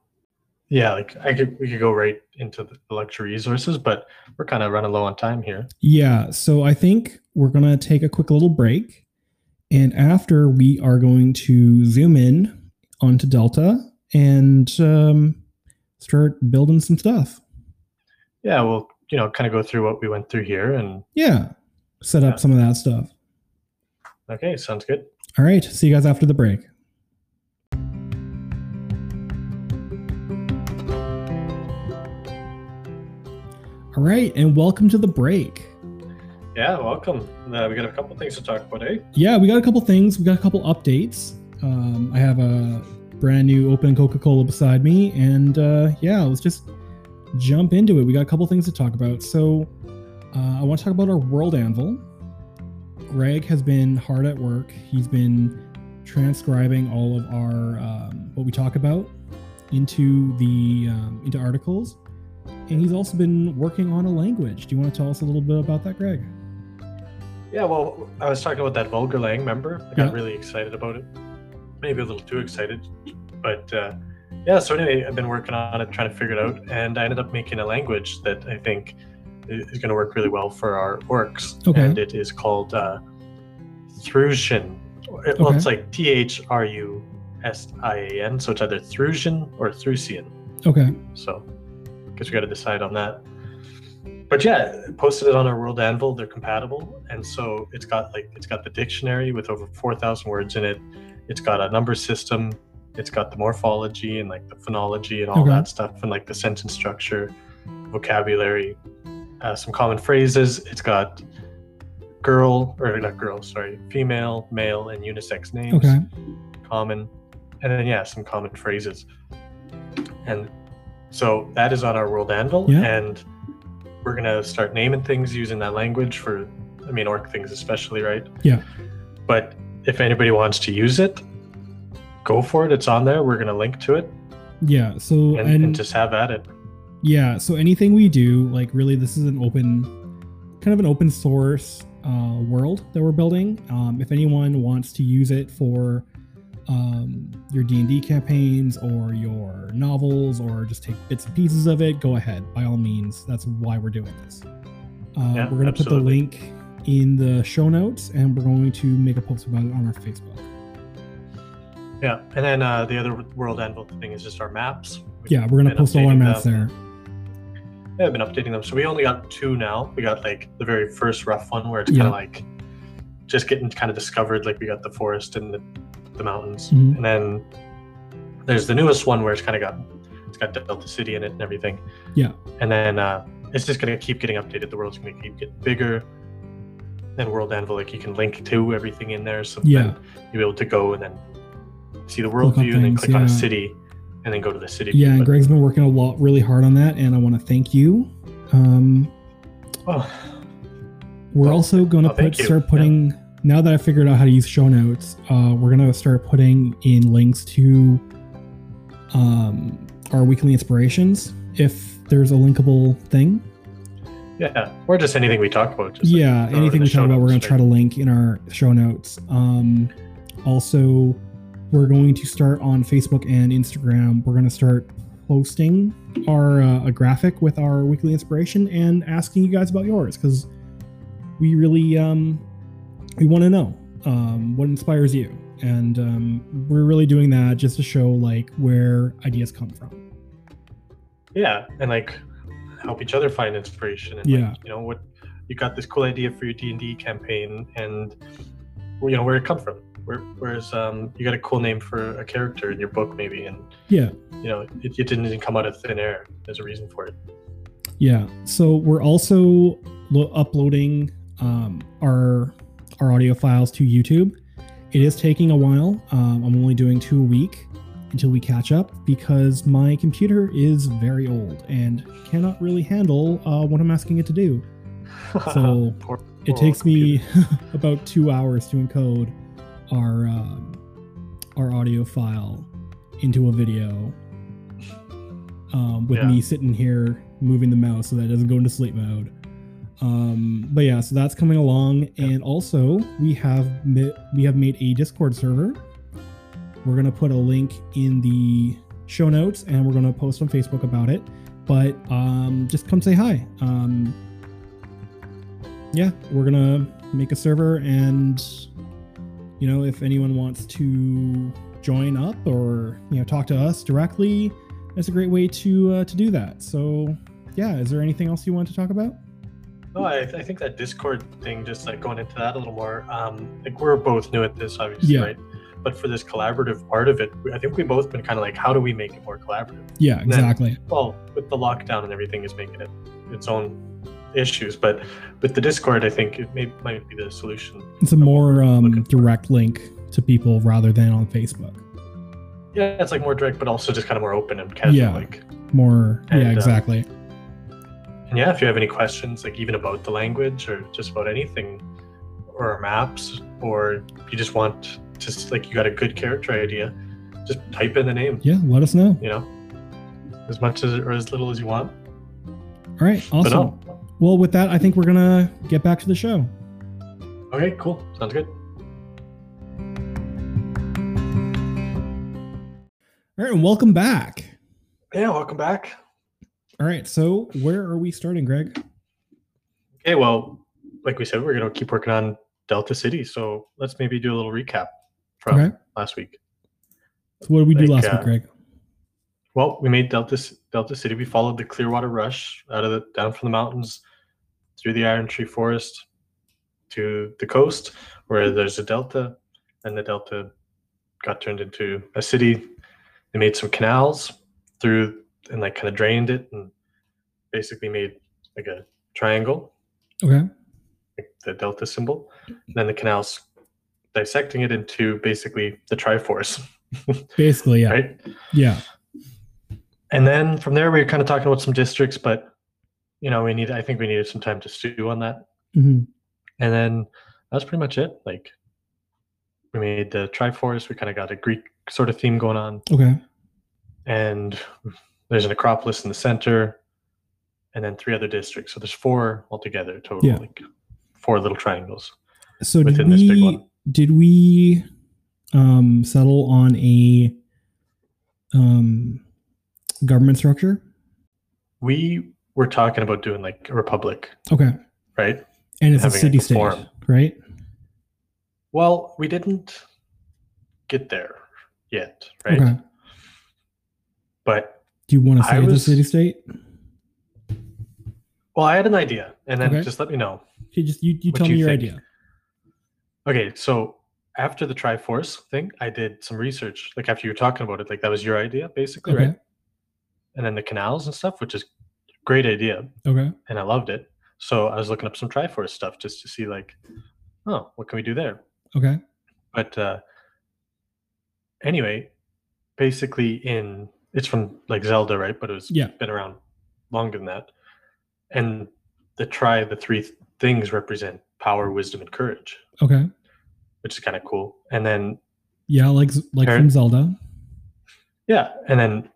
B: yeah, like I could, we could go right into the luxury resources, but we're kind of running low on time here.
A: Yeah. So I think we're going to take a quick little break. And after, we are going to zoom in onto Delta and um, start building some stuff.
B: Yeah, we'll, you know, kind of go through what we went through here. And
A: Yeah. Set up
B: Yeah.
A: some of that stuff.
B: okay, sounds good.
A: All right. See you guys after the break. All right. And welcome to the break.
B: Yeah, welcome. Uh, we got a couple things to talk about, eh?
A: yeah, we got a couple things. We got a couple updates. Um, I have a brand new open Coca Cola beside me, and uh, yeah, let's just jump into it. We got a couple things to talk about. So uh, I want to talk about our world anvil. Greg has been hard at work. He's been transcribing all of our um, what we talk about into the um, into articles, and he's also been working on a language. Do you want to tell us a little bit about that, Greg?
B: Yeah, well, I was talking about that vulgar lang. Remember, I got
A: Yeah.
B: really excited about it. Maybe a little too excited, but uh, yeah. So anyway, I've been working on it, trying to figure it out, and I ended up making a language that I think i- is going to work really well for our works.
A: Okay.
B: And it is called uh, Thrusian. It- Well, it's like T H R U S I A N. So it's either Thrusian or Thrusian.
A: Okay.
B: So, because we got to decide on that. But yeah, posted it on our World Anvil. They're compatible, and so it's got like it's got the dictionary with over four thousand words in it. It's got a number system. It's got the morphology and like the phonology and all
A: Okay.
B: that stuff, and like the sentence structure, vocabulary, uh, some common phrases. It's got girl or not girl, sorry, female, male, and unisex names
A: Okay.
B: common, and then yeah, some common phrases. And so that is on our world anvil,
A: Yeah.
B: and we're gonna start naming things using that language for, I mean, orc things especially, right?
A: Yeah.
B: But if anybody wants to use it, go for it. It's on there. We're gonna link to it
A: Yeah. So
B: and, and just have at it.
A: yeah so anything we do like really this is an open kind of an open source uh, world that we're building um, if anyone wants to use it for um, your d&d campaigns or your novels or just take bits and pieces of it go ahead by all means that's why we're doing this uh,
B: Yeah,
A: we're going to put the
B: absolutely.
A: link in the show notes and we're going to make a post about it on our facebook
B: Yeah. And then uh, the other world anvil thing is just our maps. We've
A: yeah we're going to
B: been
A: post all our
B: updating
A: maps
B: them.
A: there
B: Yeah, I've been updating them. So we only got two now. We got like the very first rough one where it's
A: Yeah.
B: kind of like just getting kind of discovered. Like we got the forest and the, the mountains,
A: Mhm.
B: and then there's the newest one where it's kind of got it's got Delta City in it and everything.
A: Yeah.
B: And then uh, it's just gonna keep getting updated. The world's gonna keep getting bigger. And World Anvil, like you can link to everything in there, so
A: Yeah.
B: then you'll be able to go and then see the world
A: Click on
B: view, and then
A: things,
B: click on
A: yeah.
B: a city, and then go to the city.
A: yeah and
B: But-
A: greg's been working a lot really hard on that and i want to thank you um,
B: oh.
A: We're
B: Oh,
A: also going to
B: oh,
A: put
B: thank you.
A: start putting now that I figured out how to use show notes. Uh, we're going to start putting in links to um, our weekly inspirations if there's a linkable thing.
B: Yeah, or just anything we talk about. Just like,
A: yeah,
B: throw it in
A: anything
B: the
A: we
B: show
A: talk about, we're going
B: notes,
A: to try to link in our show notes. Um, also, we're going to start on Facebook and Instagram. We're going to start posting our uh, a graphic with our weekly inspiration and asking you guys about yours because we really um, we want to know um, what inspires you, and um, we're really doing that just to show like where ideas come from.
B: yeah, and like help each other find inspiration. And
A: Yeah.
B: like, you know what, you got this cool idea for your D and D campaign, and well, you know where it come from. Where, whereas um, you got a cool name for a character in your book, maybe, and
A: Yeah.
B: you know it, it didn't come out of thin air. There's a reason for it.
A: Yeah. So we're also lo- uploading um, our our audio files to YouTube. It is taking a while. Um, I'm only doing two a week, until we catch up because my computer is very old and cannot really handle uh, what I'm asking it to do. So,
B: Poor- poor
A: It
B: old
A: takes
B: computer.
A: me about two hours to encode our um, our audio file into a video. Um, with
B: Yeah.
A: me sitting here moving the mouse so that it doesn't go into sleep mode. Um, but yeah, so that's coming along,
B: Yeah.
A: and also we have mi- we have made a Discord server. We're gonna put a link in the show notes, and we're gonna post on Facebook about it. But um, just come say hi. Um, yeah, we're gonna make a server, and you know, if anyone wants to join up or you know talk to us directly, that's a great way to uh, to do that. So yeah, is there anything else you want to talk about?
B: No, I, I think that Discord thing, just like going into that a little more. Um, like we're both new at this, obviously,
A: Yeah.
B: right? But for this collaborative part of it, I think we've both been kind of like, how do we make it more collaborative?
A: Yeah, exactly.
B: Well, with the lockdown and everything, is making it its own issues. But with the Discord, I think it may, might be the solution.
A: It's a more um,
B: Looking for-
A: direct link to people rather than on Facebook.
B: Yeah, it's like more direct, but also just kind of more open and casual.
A: Yeah.
B: Like,
A: More,
B: And,
A: yeah,
B: uh,
A: exactly.
B: and yeah, if you have any questions, like even about the language or just about anything, or our maps, or you just want just like you got a good character idea, just type in the name.
A: yeah, let us know.
B: you know, as much as or as little as you want.
A: All right,
B: But
A: awesome.
B: no.
A: Well, with that, I think we're gonna get back to the show.
B: Okay, cool. Sounds good.
A: All right, and welcome back.
B: Yeah, welcome back.
A: All right, so where are we starting, Greg?
B: Okay, well, like we said, we're gonna keep working on Delta City, so let's maybe do a little recap from
A: Okay.
B: last week.
A: So what did we do
B: Like,
A: last
B: uh,
A: week, Greg?
B: Well, we made Delta C- Delta City. We followed the Clearwater Rush out of the down from the mountains through the Iron Tree Forest to the coast, where there's a delta, and the delta got turned into a city. They made some canals through and like kind of drained it, and basically made like a triangle,
A: Okay,
B: like the delta symbol. And then the canals dissecting it into basically the Triforce,
A: basically, yeah,
B: right?
A: yeah,
B: and then from there we were kind of talking about some districts but you know we need i think we needed some time to stew on that
A: hmm
B: and then that's pretty much it like we made the triforce we kind of got a greek sort of theme going on
A: okay,
B: and there's an acropolis in the center and then three other districts so there's four altogether total
A: Yeah.
B: like four little triangles
A: So did
B: within this big
A: we
B: one
A: did we um, settle on a um, government structure?
B: we were talking about doing like a republic
A: Okay,
B: right
A: and it's a
B: Having a
A: city state,
B: form.
A: right?
B: Well, we didn't get there yet, right?
A: Okay.
B: But
A: Do you want to
B: I
A: say
B: was-
A: it's a city state?
B: well, I had an idea, and then
A: Okay.
B: just let me know.
A: Okay, just you, you
B: What
A: tell
B: do
A: me
B: you
A: your
B: think?
A: idea.
B: Okay, so after the Triforce thing, I did some research. Like after you were talking about it, like that was your idea, basically,
A: Okay.
B: right? And then the canals and stuff, which is great idea,
A: Okay.
B: and I loved it. So I was looking up some Triforce stuff just to see, like, oh, what can we do there?
A: Okay.
B: But uh, anyway, basically, in it's from like Zelda, right? But it was
A: Yeah.
B: been around longer than that. And the try the three th- things represent power, wisdom, and courage,
A: Okay.
B: which is kind of cool. And then
A: Yeah, like Z- like
B: Alright.
A: from Zelda.
B: yeah, and then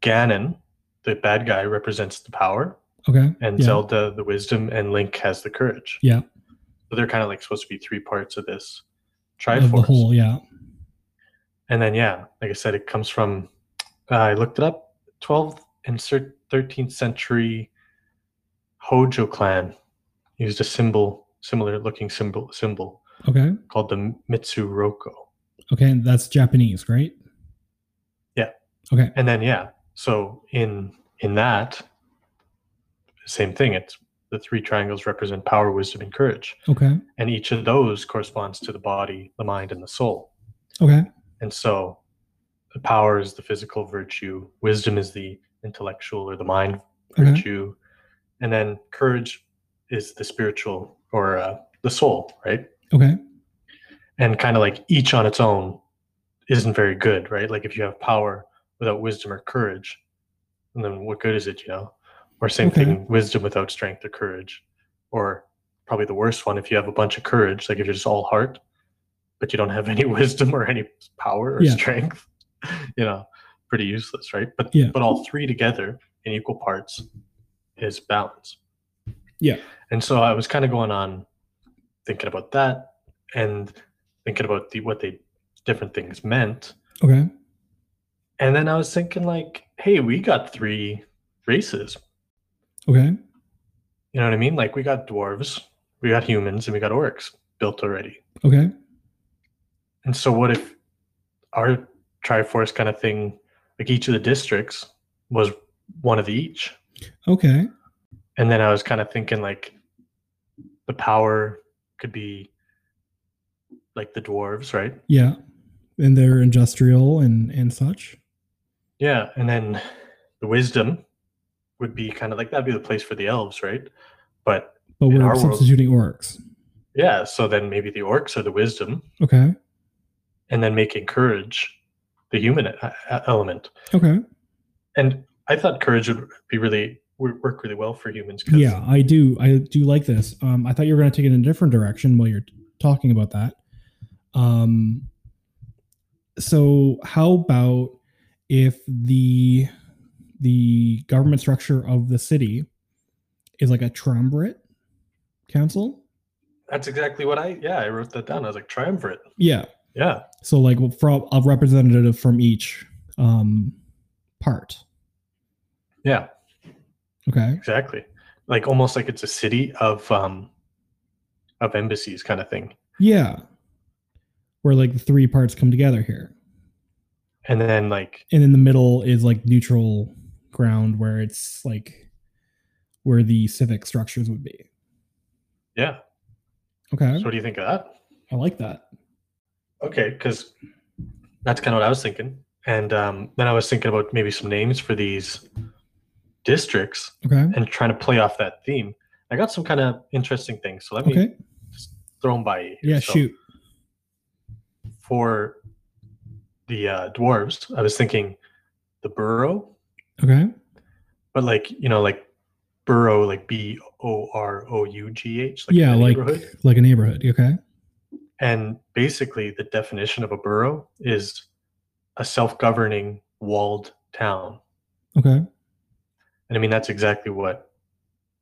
B: Ganon, the bad guy, represents the power,
A: Okay.
B: and
A: yeah.
B: Zelda the wisdom, and Link has the courage.
A: Yeah.
B: So they're kind of like supposed to be three parts of this
A: Of the
B: Triforce.
A: whole, yeah.
B: And then yeah, like I said, it comes from uh, I looked it up, 12th and cer- 13th century Hojo clan used a symbol, similar looking symbol, symbol
A: Okay.
B: called the Mitsuroko.
A: Okay, and that's Japanese, right?
B: And then yeah, so in in that same thing, it's the three triangles represent power, wisdom, and courage,
A: Okay.
B: and each of those corresponds to the body, the mind, and the soul.
A: Okay.
B: And so the power is the physical virtue, wisdom is the intellectual or the mind
A: Okay.
B: virtue, and then courage is the spiritual or uh, the soul, right?
A: Okay.
B: And kind of like each on its own isn't very good, right? Like if you have power without wisdom or courage, and then what good is it, you know? Or same
A: Okay.
B: thing, wisdom without strength or courage. Or probably the worst one, if you have a bunch of courage, like if you're just all heart, but you don't have any wisdom or any power or
A: Yeah.
B: strength, you know, pretty useless, right? But
A: Yeah.
B: but all three together in equal parts is balance.
A: Yeah.
B: And so I was kind of going on thinking about that and thinking about the what they different things meant.
A: Okay.
B: And then I was thinking like, hey, we got three races.
A: Okay.
B: You know what I mean? Like we got dwarves, we got humans, and we got orcs built already.
A: Okay.
B: And so what if our Triforce kind of thing, like each of the districts was one of each?
A: Okay.
B: and then I was kind of thinking like the power could be like the dwarves, right?
A: Yeah. And they're industrial and and such.
B: Yeah, and then the wisdom would be kind of like that'd be the place for the elves, right? But
A: But
B: In our
A: we're
B: world-
A: substituting orcs.
B: yeah, so then maybe the orcs are the wisdom,
A: Okay.
B: and then making courage the human e- e- element.
A: Okay.
B: And I thought courage would be really would work really well for humans.
A: Yeah, I do. I do like this. Um, I thought you were going to take it in a different direction while you're t- talking about that. Um, so how about if the the government structure of the city is like a triumvirate council?
B: that's exactly what I yeah I wrote that down. I was like triumvirate.
A: Yeah.
B: Yeah,
A: So like from a representative from each um, part.
B: yeah.
A: Okay.
B: Exactly. Like almost like it's a city of um of embassies kind of thing.
A: Yeah. Where like the three parts come together here.
B: And then like
A: and in the middle is like neutral ground where it's like where the civic structures would be.
B: yeah.
A: Okay,
B: So what do you think of that?
A: I like that.
B: Okay, because that's kind of what I was thinking. And um, then I was thinking about maybe some names for these districts
A: Okay,
B: and trying to play off that theme. I got some kind of interesting things. So let me
A: okay,
B: throw them by you. here.
A: yeah,
B: So
A: shoot.
B: For the uh, dwarves, I was thinking the burrow,
A: Okay,
B: but like you know like borough like b o r o u g h
A: yeah,
B: the
A: like
B: neighborhood.
A: like a neighborhood. Okay,
B: and basically the definition of a borough is a self-governing walled town
A: okay,
B: and i mean that's exactly what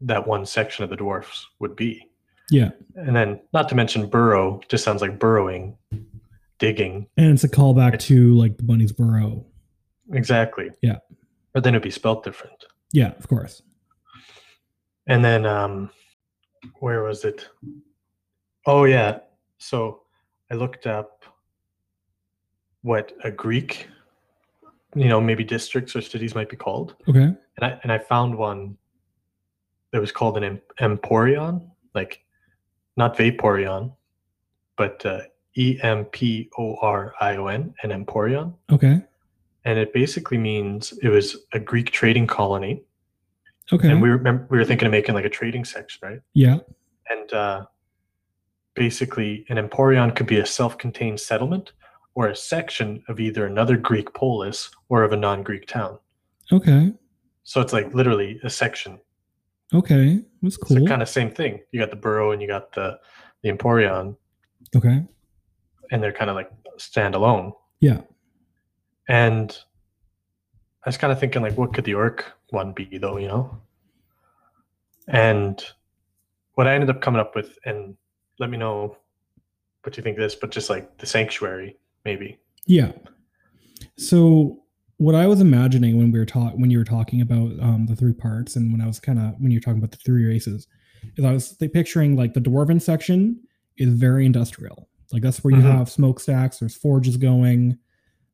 B: that one section of the dwarfs would be
A: Yeah.
B: and then not to mention burrow just sounds like burrowing digging
A: and it's a callback to like the bunny's burrow.
B: exactly
A: Yeah.
B: but then it'd be spelled different
A: Yeah, of course.
B: And then um where was it? Oh yeah. So I looked up what a Greek you know, maybe districts or cities might be called.
A: Okay,
B: And I and I found one that was called an em- emporion, like not vaporion, but uh, E M P O R I O N, an emporion.
A: okay,
B: And it basically means it was a Greek trading colony.
A: okay.
B: And we remember we were thinking of making like a trading section, right?
A: yeah,
B: and uh, basically an emporion could be a self-contained settlement or a section of either another greek polis or of a non-greek town
A: okay,
B: so it's like literally a section
A: okay. That's
B: It's
A: cool.
B: kind of same thing you got the borough and you got the the emporion
A: okay,
B: and they're kind of like standalone
A: Yeah.
B: and i was kind of thinking like what could the orc one be though you know and what i ended up coming up with and let me know what you think of this but just like the sanctuary maybe
A: yeah. So what I was imagining when we were talking when you were talking about um, the three parts and when I was kind of when you were talking about the three races is I was th- picturing like the dwarven section is very industrial. Like that's where you
B: Mhm.
A: have smokestacks, there's forges going,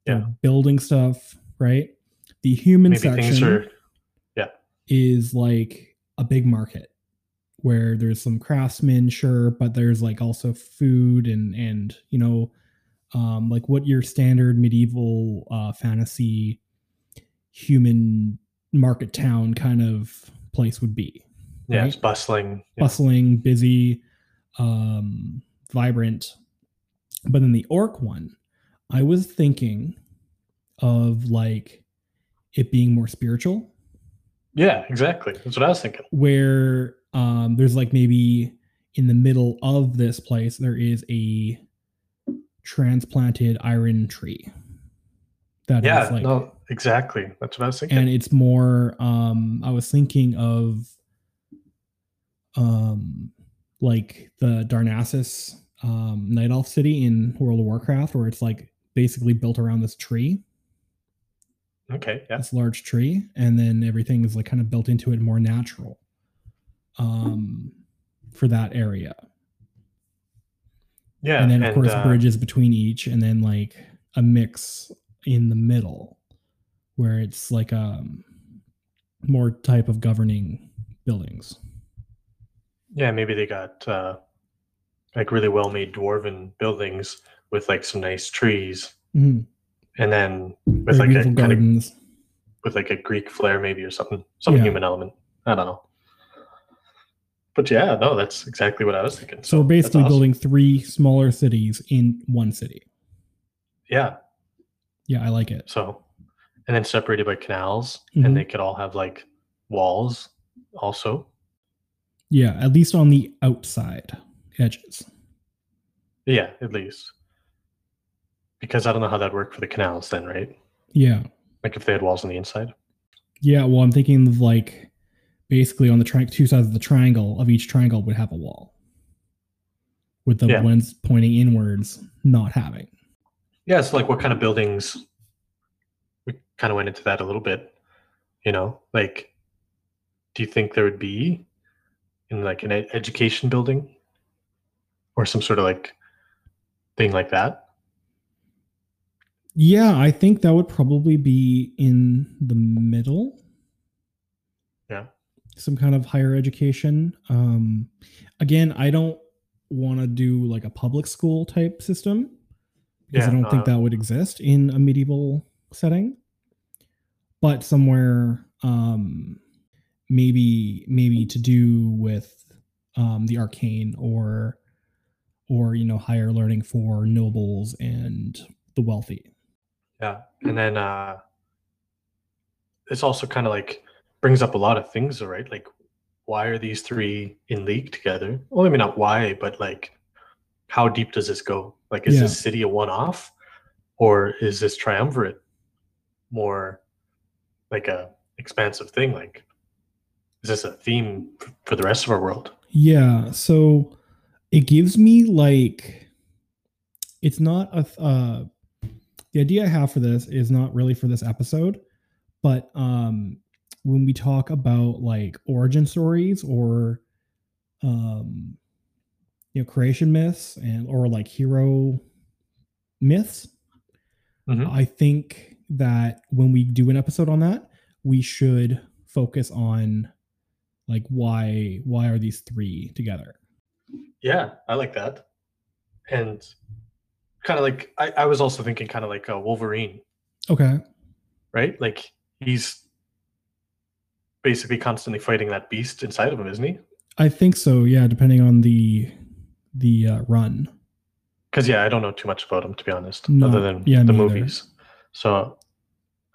A: they're
B: Yeah.
A: building stuff, right? The human
B: maybe things
A: section
B: are
A: is like a big market where there's some craftsmen, sure, but there's like also food and and you know, um, like what your standard medieval uh, fantasy human market town kind of place would be
B: yeah
A: right?
B: it's bustling yeah.
A: bustling, busy, um, vibrant. But then the orc one, I was thinking of like it being more spiritual,
B: Yeah, exactly. That's what I was thinking.
A: where um, there's like maybe in the middle of this place there is a transplanted iron tree that is
B: yeah,
A: like
B: no, exactly. That's what I was thinking.
A: and it's more um i was thinking of um like the darnassus um night elf city in world of warcraft where it's like basically built around this tree
B: okay, yeah.
A: this large tree and then everything is like kind of built into it more natural um for that area
B: Yeah.
A: and then of course
B: uh,
A: bridges between each and then like a mix in the middle where it's like um more type of governing buildings
B: Yeah, maybe they got uh, like really well made dwarven buildings with like some nice trees,
A: mm-hmm.
B: and then with like a
A: beautiful
B: kind of
A: gardens
B: with like a Greek flair maybe or something, some
A: Yeah.
B: human element. I don't know. But yeah, no, that's exactly what I was thinking.
A: so we're
B: that's
A: basically
B: awesome.
A: building three smaller cities in one city
B: Yeah.
A: yeah i like it
B: So, and then separated by canals,
A: Mhm.
B: and they could all have like walls also.
A: yeah at least on the outside edges
B: Yeah, at least. Because I don't know how that'd work for the canals then, right?
A: yeah
B: Like if they had walls on the inside.
A: yeah well i'm thinking of like basically on the tri- two sides of the triangle of each triangle would have a wall with the
B: Yeah.
A: ones pointing inwards not having
B: Yeah, so like what kind of buildings we kind of went into that a little bit, you know? Like do you think there would be in like an ed- education building or some sort of like thing like that?
A: Yeah, I think that would probably be in the middle.
B: Yeah.
A: Some kind of higher education. Um again, I don't want to do like a public school type system because I
B: Yeah, uh,
A: don't
B: no,
A: think
B: I-
A: that would exist in a medieval setting. But somewhere um maybe maybe to do with um the arcane or or you know higher learning for nobles and the wealthy.
B: Yeah. And then uh this also kind of like brings up a lot of things, right? Like why are these three in league together? Well, I mean not why, but like how deep does this go? Like is
A: Yeah.
B: this city a one off or is this triumvirate more like a expansive thing like is this a theme f- for the rest of our world?
A: Yeah, so it gives me like it's not a th- uh the idea I have for this is not really for this episode, but um when we talk about like origin stories or um you know creation myths and or like hero myths,
B: Mhm.
A: I think that when we do an episode on that, we should focus on like why why are these three together?
B: Yeah, I like that. And kind of like I, I was also thinking kind of like a Wolverine
A: Okay.
B: right? Like he's basically constantly fighting that beast inside of him, isn't he?
A: I think so. Yeah, depending on the the uh, run.
B: Because yeah, I don't know too much about him to be honest,
A: No,
B: other than
A: yeah,
B: the
A: me either.
B: movies. So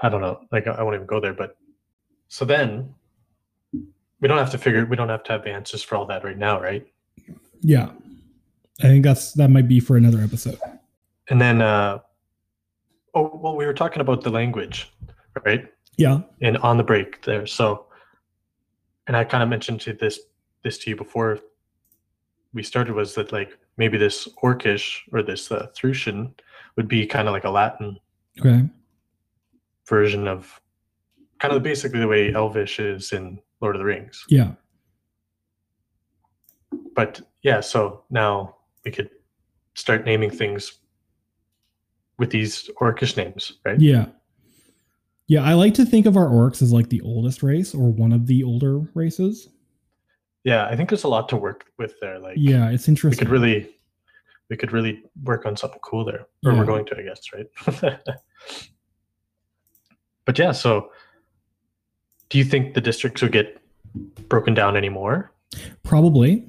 B: I don't know. Like I I won't even go there. But so then we don't have to figure. We don't have to have answers for all that right now, right?
A: Yeah, I think that's that might be for another episode.
B: And then uh, oh well, we were talking about the language, right?
A: Yeah.
B: and on the break there. So, and I kind of mentioned to this this to you before we started was that like maybe this Orcish or this uh, Thrucian would be kind of like a Latin
A: Okay.
B: version of kind of basically the way Elvish is in Lord of the Rings.
A: Yeah.
B: But yeah, so now we could start naming things with these Orcish names, right?
A: Yeah. Yeah. I like to think of our orcs as like the oldest race or one of the older races.
B: Yeah, I think there's a lot to work with there. Like,
A: Yeah, it's
B: we
A: interesting.
B: could really we could really work on something cool there or
A: Yeah.
B: we're going to i guess right but yeah so do you think the districts would get broken down anymore
A: Probably.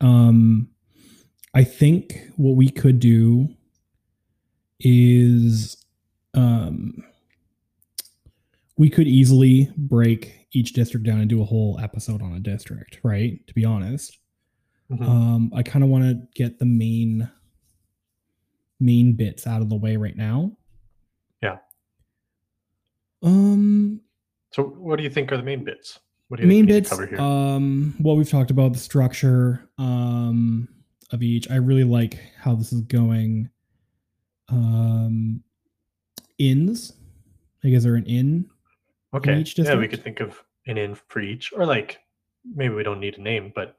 A: Um, I think what we could do is um, we could easily break each district down and do a whole episode on a district, right? To be honest,
B: Mhm.
A: um, I kind of want to get the main main bits out of the way right now.
B: Yeah.
A: Um,
B: so, what do you think are the main bits? What do you
A: main
B: think we need to
A: bits
B: cover here?
A: um what we've talked about the structure um of each i really like how this is going um inns i guess they're an inn
B: okay.
A: each
B: yeah, we
A: district?
B: could think of an in for each, or like maybe we don't need a name, but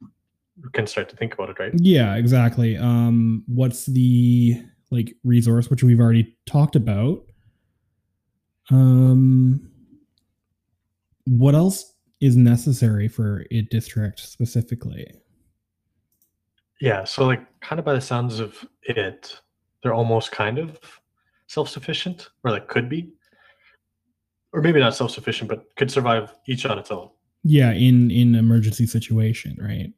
B: we can start to think about it, right?
A: yeah exactly um what's the like resource which we've already talked about um what else is necessary for a district specifically
B: Yeah. So, like, kind of by the sounds of it, they're almost kind of self sufficient, or like could be, or maybe not self sufficient, but could survive each on its own.
A: yeah in in emergency situation right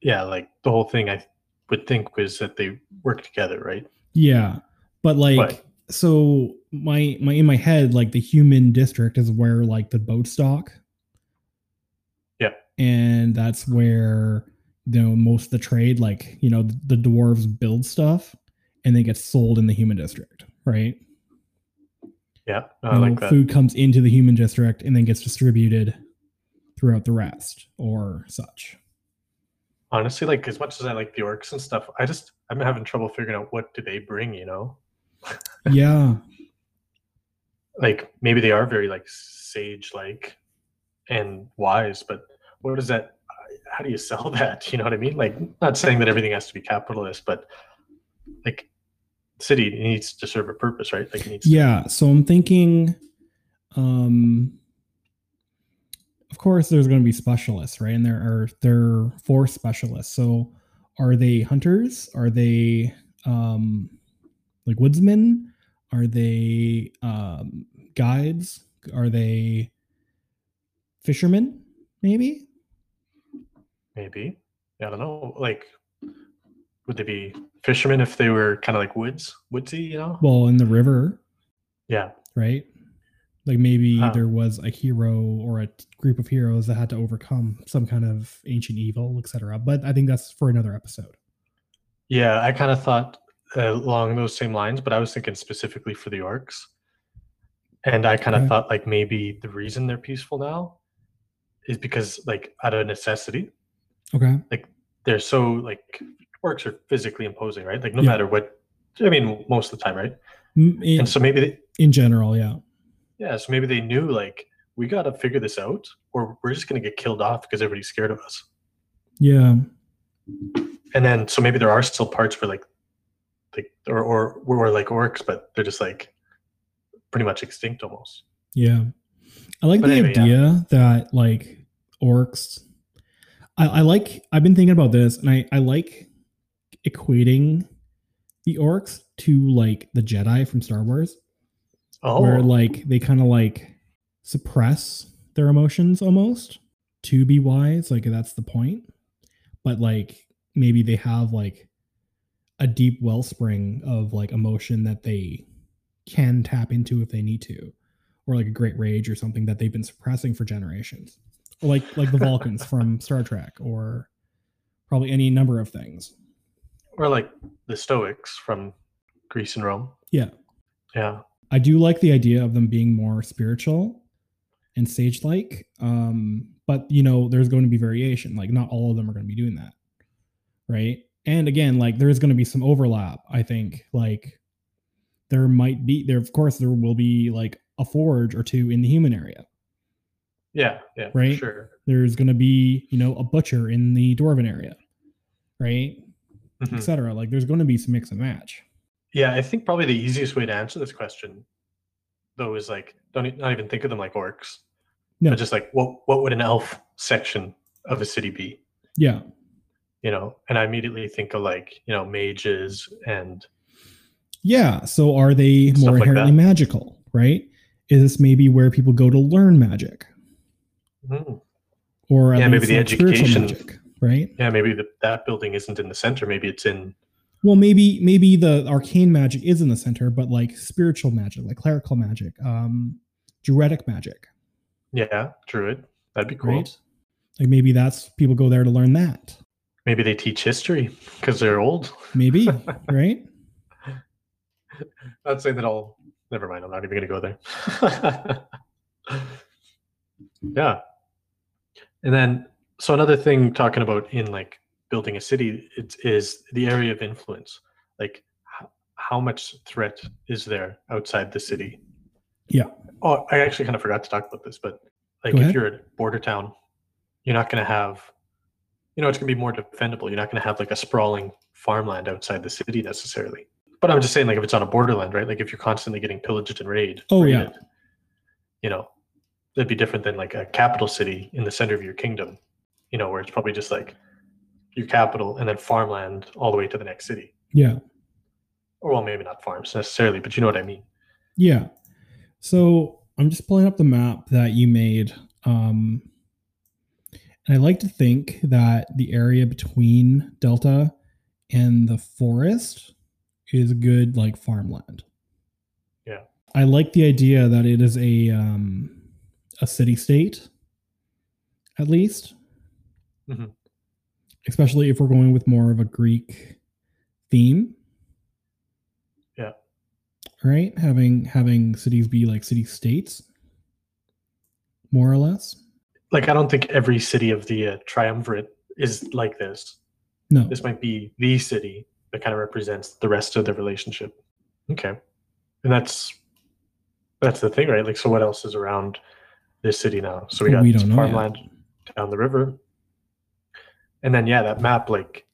B: Yeah. Like, the whole thing I would think was that they work together, right?
A: Yeah, but like
B: Right.
A: so my my in my head like the human district is where like the boat stock.
B: Yeah.
A: And that's where you know most of the trade like, you know, the dwarves build stuff and then gets sold in the human district, right?
B: Yeah. no, I
A: You know,
B: like that.
A: Food comes into the human district and then gets distributed throughout the rest or such.
B: honestly like as much as i like the orcs and stuff i just i'm having trouble figuring out what do they bring you know
A: Yeah.
B: like maybe they are very like sage like and wise but what is that how do you sell that you know what i mean like not saying that everything has to be capitalist but like city needs to serve a purpose right like it needs
A: yeah so i'm thinking um of course there's going to be specialists right and there are there are four specialists so are they hunters are they um like woodsmen are they um guides are they fishermen maybe
B: maybe i don't know like would they be fishermen if they were kind of like woods woodsy you know
A: well in the river
B: yeah
A: right like maybe
B: Huh.
A: there was a hero or a t- group of heroes that had to overcome some kind of ancient evil etc but i think that's for another episode
B: Yeah, I kind of thought uh, along those same lines, but I was thinking specifically for the orcs. And I kind of
A: Okay.
B: thought like maybe the reason they're peaceful now is because like out of necessity,
A: okay
B: they're so like orcs are physically imposing, right? Like no
A: Yeah.
B: matter what, I mean most of the time, right?
A: in,
B: And so maybe they,
A: in general yeah
B: yeah, so maybe they knew like we got to figure this out, or we're just gonna get killed off because everybody's scared of us.
A: yeah
B: and then so maybe there are still parts where like like or or were like orcs but they're just like pretty much extinct almost
A: yeah i like
B: But
A: the
B: anyway, yeah.
A: idea that like orcs I, I like i've been thinking about this and i i like equating the orcs to like the jedi from star wars
B: oh
A: where like they kind of like suppress their emotions almost to be wise like that's the point but like maybe they have like a deep wellspring of like emotion that they can tap into if they need to or like a great rage or something that they've been suppressing for generations Or, like like the vulcans from star trek or probably any number of things
B: or like the stoics from greece and rome
A: Yeah.
B: yeah
A: I do like the idea of them being more spiritual and sage like. Um, but you know, there's going to be variation. Like not all of them are going to be doing that. Right. And again, like there is going to be some overlap, I think. Like there might be there, of course, there will be like a forge or two in the human area.
B: yeah yeah for
A: Right.
B: sure
A: There's gonna be, you know, a butcher in the dwarven area, right?
B: Mhm.
A: Etc. Like there's gonna be some mix and match.
B: yeah i think probably the easiest way to answer this question though is like don't e- not even think of them like orcs
A: No.
B: but just like what what would an elf section of a city be
A: Yeah.
B: you know and i immediately think of like you know mages and
A: Yeah. So are they
B: Stuff
A: more
B: like
A: inherently
B: that.
A: magical, right? Is this maybe where people go to learn magic
B: Mhm.
A: or at
B: Yeah, maybe
A: least,
B: the
A: like, spiritual
B: education-
A: magic, right?
B: Yeah, maybe the, that building isn't in the center. Maybe it's in
A: well maybe maybe the arcane magic is in the center but like spiritual magic like clerical magic um druidic magic
B: Yeah, druid. That'd be cool.
A: Right. like maybe that's people go there to learn that
B: Maybe they teach history because they're old.
A: maybe right
B: I'd say that all. Never mind. I'm not even going to go there. yeah. And then, so another thing talking about in like building a city it is the area of influence. Like, h- how much threat is there outside the city?
A: Yeah.
B: Oh, I actually kind of forgot to talk about this, but like
A: Go
B: if
A: ahead.
B: you're a border town, you're not going to have, you know, it's going to be more defendable. You're not going to have like a sprawling farmland outside the city necessarily. But I'm just saying, like, if it's on a borderland, right? Like, if you're constantly getting pillaged and raid,
A: Oh, yeah.
B: raided, you know, that'd be different than like a capital city in the center of your kingdom, you know, where it's probably just like your capital and then farmland all the way to the next city.
A: yeah
B: Or, well, maybe not farms necessarily, but you know what I mean.
A: Yeah. So I'm just pulling up the map that you made. Um, and I like to think that the area between Delta and the forest is good, like farmland.
B: Yeah.
A: I like the idea that it is a um, a city state, at least.
B: Mhm.
A: Especially if we're going with more of a Greek theme right having having cities be like city states more or less
B: Like, I don't think every city of the uh, triumvirate is like this.
A: no
B: This might be the city that kind of represents the rest of the relationship. Okay. And that's that's the thing, right? Like, so what else is around this city now? So we got
A: We don't
B: some
A: know yet.
B: farmland down the river. And then, yeah, that map, like,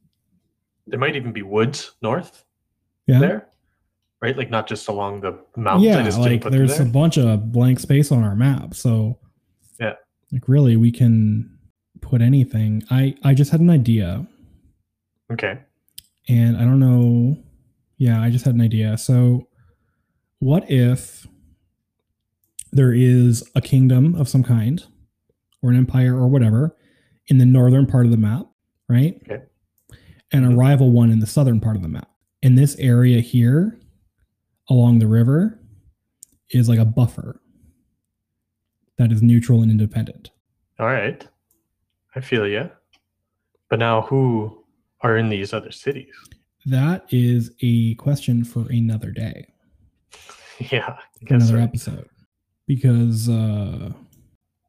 B: there might even be woods north
A: yeah
B: there, right? Like, not just along the mountains. I
A: yeah
B: just didn't
A: like
B: put them
A: there's a
B: there.
A: bunch of blank space on our map so
B: Yeah.
A: like really we can put anything i i just had an idea
B: Okay.
A: and i don't know yeah i just had an idea so what if there is a kingdom of some kind or an empire or whatever in the northern part of the map right
B: Okay.
A: and a
B: Mhm.
A: rival one in the southern part of the map and this area here along the river is like a buffer that is neutral and independent
B: All right. I feel you. But now, who are in these other cities?
A: that is a question for another day
B: Yeah. I
A: for
B: guess
A: another
B: so.
A: episode because uh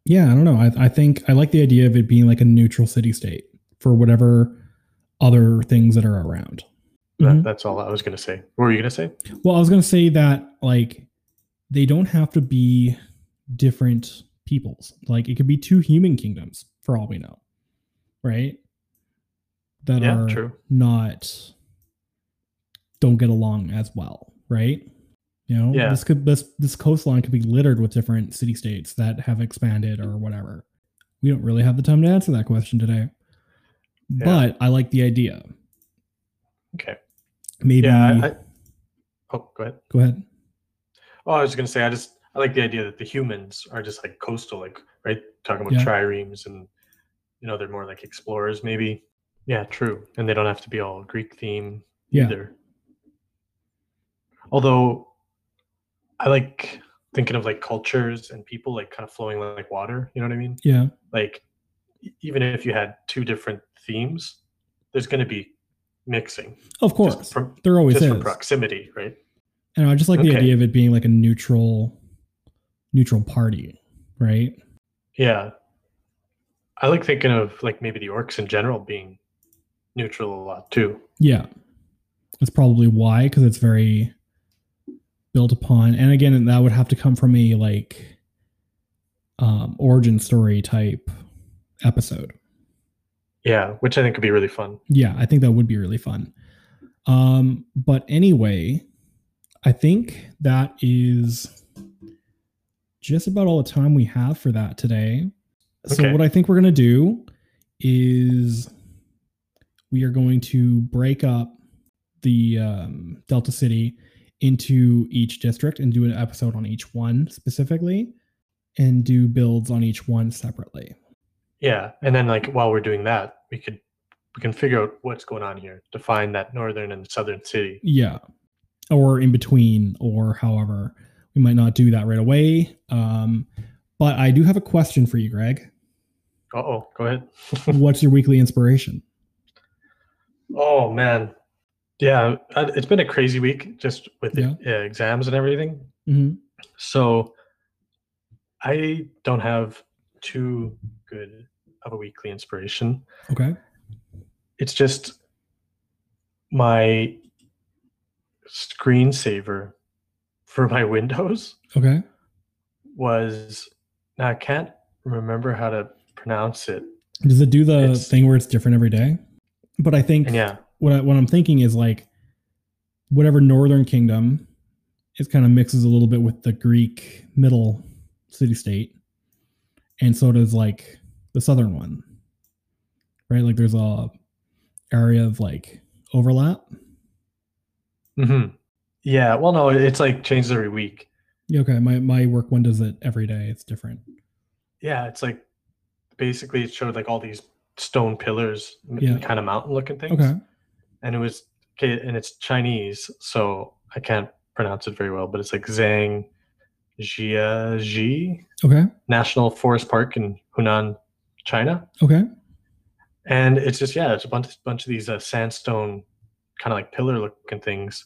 A: yeah i don't know I, I think i like the idea of it being like a neutral city state for whatever other things that are around
B: That,
A: Mhm.
B: that's all I was going to say. What were you going to say?
A: well i was going to say that like they don't have to be different peoples like it could be two human kingdoms for all we know right that
B: yeah,
A: are
B: true.
A: not don't get along as well, right? You know,
B: Yeah.
A: this could this this coastline could be littered with different city states that have expanded or whatever. We don't really have the time to answer that question today.
B: Yeah.
A: But I like the idea.
B: Okay.
A: Maybe
B: Yeah. I, I, oh, go ahead.
A: go ahead.
B: Oh, I was going to say, I just, I like the idea that the humans are just like coastal, like, right? Talking about
A: Yeah.
B: triremes and, you know, they're more like explorers, maybe. Yeah, true. And they don't have to be all Greek theme
A: Yeah.
B: either. Although, I like thinking of like cultures and people like kind of flowing like water. You know what I mean?
A: Yeah.
B: like e- even if you had two different themes, there's going to be mixing.
A: Of course.
B: Just from,
A: there always
B: just
A: is.
B: from proximity, right?
A: And I just like the
B: Okay.
A: idea of it being like a neutral neutral party, right?
B: Yeah. I like thinking of like maybe the orcs in general being neutral a lot too.
A: Yeah. That's probably why, because it's very built upon. And again, that would have to come from a like um, origin story type episode.
B: Yeah, which I think could be really fun.
A: Yeah, I think that would be really fun. Um, but anyway, I think that is just about all the time we have for that today. So
B: Okay.
A: what I think we're gonna do is we are going to break up the um, Delta City into each district and do an episode on each one specifically, and do builds on each one separately.
B: Yeah, and then like while we're doing that, we could we can figure out what's going on here, define that northern and southern city.
A: Yeah. Or in between, or however. We might not do that right away. Um, but I do have a question for you, Greg.
B: Uh oh, go ahead.
A: What's your weekly inspiration?
B: Oh man, yeah, uh, it's been a crazy week just with the uh, exams and everything.
A: Mm-hmm.
B: So I don't have too good of a weekly inspiration.
A: Okay.
B: It's just my screensaver for my Windows
A: Okay.
B: was now I can't remember how to pronounce it.
A: Does it do the
B: It's-
A: thing where it's different every day? But I think
B: And yeah,
A: what I, what I'm thinking is like whatever Northern Kingdom, it kind of mixes a little bit with the Greek middle city state, and so does like the southern one, right? Like there's a area of like overlap.
B: hmm yeah. Well, no, it's like changes every week.
A: Yeah, okay, my my work one does it every day. It's different.
B: Yeah, it's like basically it showed like all these stone pillars,
A: Yeah.
B: kind of mountain looking things.
A: Okay,
B: and it was okay, and it's Chinese, so I can't pronounce it very well, but it's like Zhang Jiaji
A: okay,
B: National Forest Park in Hunan, China.
A: okay,
B: And it's just yeah, it's a bunch bunch of these uh, sandstone kind of like pillar looking things,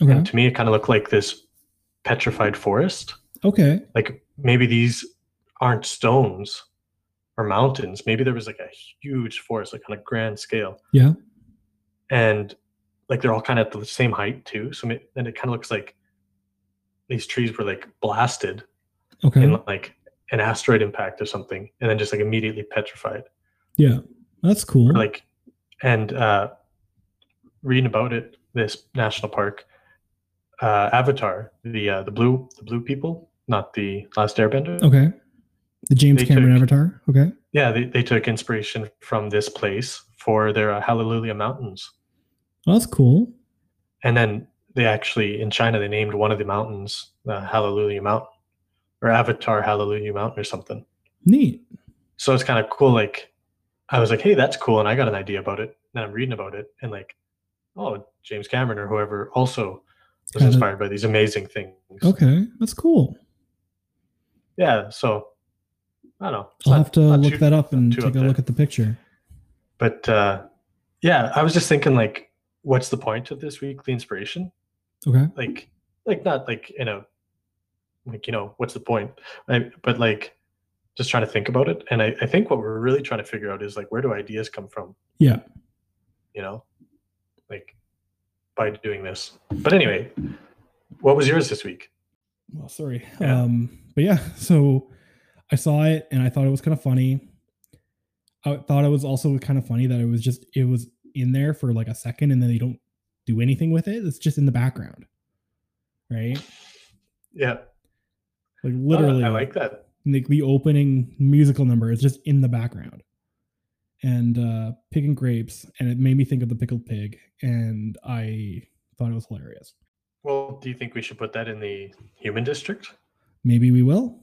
A: okay,
B: and to me it kind of looked like this petrified forest.
A: okay.
B: Like maybe these aren't stones or mountains. Maybe there was like a huge forest, like on a grand scale.
A: Yeah,
B: and like they're all kind of at the same height too. So ma- then it kind of looks like these trees were like blasted
A: okay.
B: in like an asteroid impact or something, and then just like immediately petrified.
A: yeah, that's cool.
B: Or, Like, and uh, reading about it, this national park, uh, Avatar, the uh, the blue the blue people, not the Last Airbender.
A: okay, the James
B: They
A: Cameron
B: took-
A: Avatar. Okay,
B: Yeah, they, they took inspiration from this place for their uh, Hallelujah Mountains.
A: well, that's cool.
B: and then they actually in China they named one of the mountains uh, Hallelujah Mountain or Avatar Hallelujah Mountain or something.
A: Neat.
B: So it's kind of cool. Like I was like, hey, that's cool, and I got an idea about it. And I'm reading about it, and like, oh, James Cameron or whoever also was
A: Kinda-
B: inspired by these amazing things.
A: Okay, that's cool.
B: Yeah. So I don't know. It's
A: I'll
B: not-
A: have to
B: not
A: look
B: too-
A: that up and
B: too
A: take
B: up
A: a
B: there.
A: look at the picture.
B: But uh, yeah, I was just thinking like, what's the point of this weekly inspiration?
A: Okay.
B: like like not like in a like you know what's the point I, but like just trying to think about it and I, I think what we're really trying to figure out is like where do ideas come from
A: Yeah.
B: you know like by doing this but anyway what was yours this week
A: Well, sorry.
B: Yeah.
A: Um, but yeah, so I saw it and I thought it was kind of funny. I thought it was also kind of funny that it was just it was in there for like a second and then they don't do anything with it. It's just in the background. Right?
B: yeah
A: Like
B: no,
A: literally
B: Oh, i like that
A: like the opening musical number is just in the background and uh picking grapes and it made me think of the pickled pig and i thought it was hilarious
B: well do you think we should put that in the human district
A: maybe we will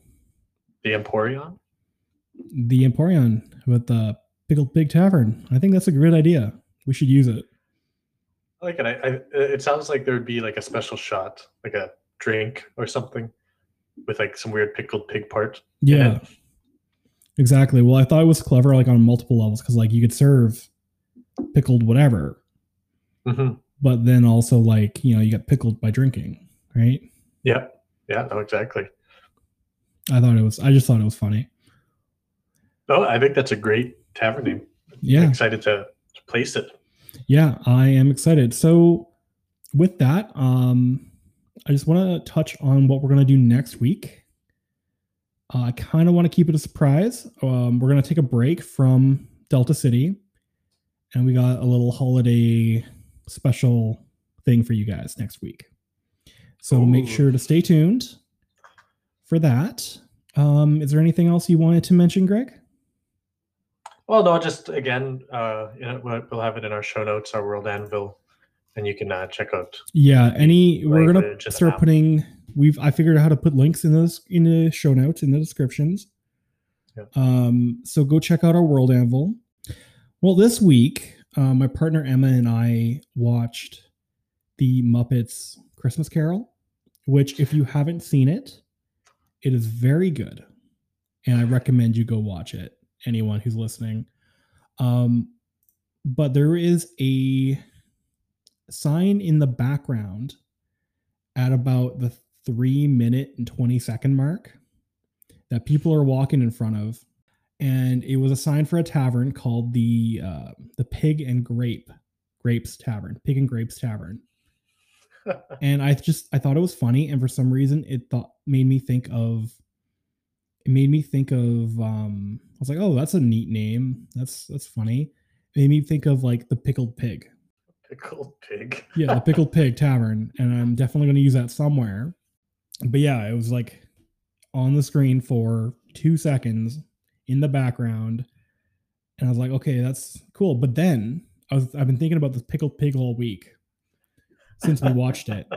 B: the emporion
A: the emporion with the pickled pig tavern i think that's a great idea we should use it
B: I like it I, I it sounds like there would be like a special shot like a drink or something with like some weird pickled pig part
A: yeah,
B: Yeah.
A: exactly well i thought it was clever like on multiple levels because like you could serve pickled whatever
B: mm-hmm.
A: but then also like you know you get pickled by drinking right
B: Yeah, yeah, no, exactly.
A: i thought it was i just thought it was funny
B: Oh, I think that's a great tavern name. I'm
A: yeah
B: excited to, to place it.
A: Yeah, I am excited. So with that, um I just want to touch on what we're going to do next week. Uh, I kind of want to keep it a surprise. Um, we're going to take a break from Delta City and we got a little holiday special thing for you guys next week. So make
B: Ooh.
A: sure to stay tuned for that. Um, is there anything else you wanted to mention, Greg?
B: Well, no, just again, uh, you know, we'll, we'll have it in our show notes, our World Anvil, and you can uh, check out.
A: Yeah, any we're gonna
B: language and
A: start
B: app.
A: putting we've I figured out how to put links in those in the show notes in the descriptions.
B: Yeah.
A: Um so go check out our world anvil. Well, this week, uh, my partner Emma and I watched the Muppets Christmas Carol, which, if you haven't seen it, it is very good. And I recommend you go watch it, anyone who's listening. Um, but there is a sign in the background at about the three minute and 20 second mark that people are walking in front of. And it was a sign for a tavern called the uh, the Pig and Grape Grapes Tavern, Pig and Grapes Tavern. and I just I thought it was funny, and for some reason it thought made me think of it made me think of um I was like, oh, that's a neat name. That's that's funny. It made me think of like the pickled pig.
B: Pickled pig.
A: Yeah, the pickled pig tavern, and I'm definitely going to use that somewhere. But yeah, it was like on the screen for two seconds in the background, and I was like, okay, that's cool. But then I was I've been thinking about this pickled pig all week since we watched it,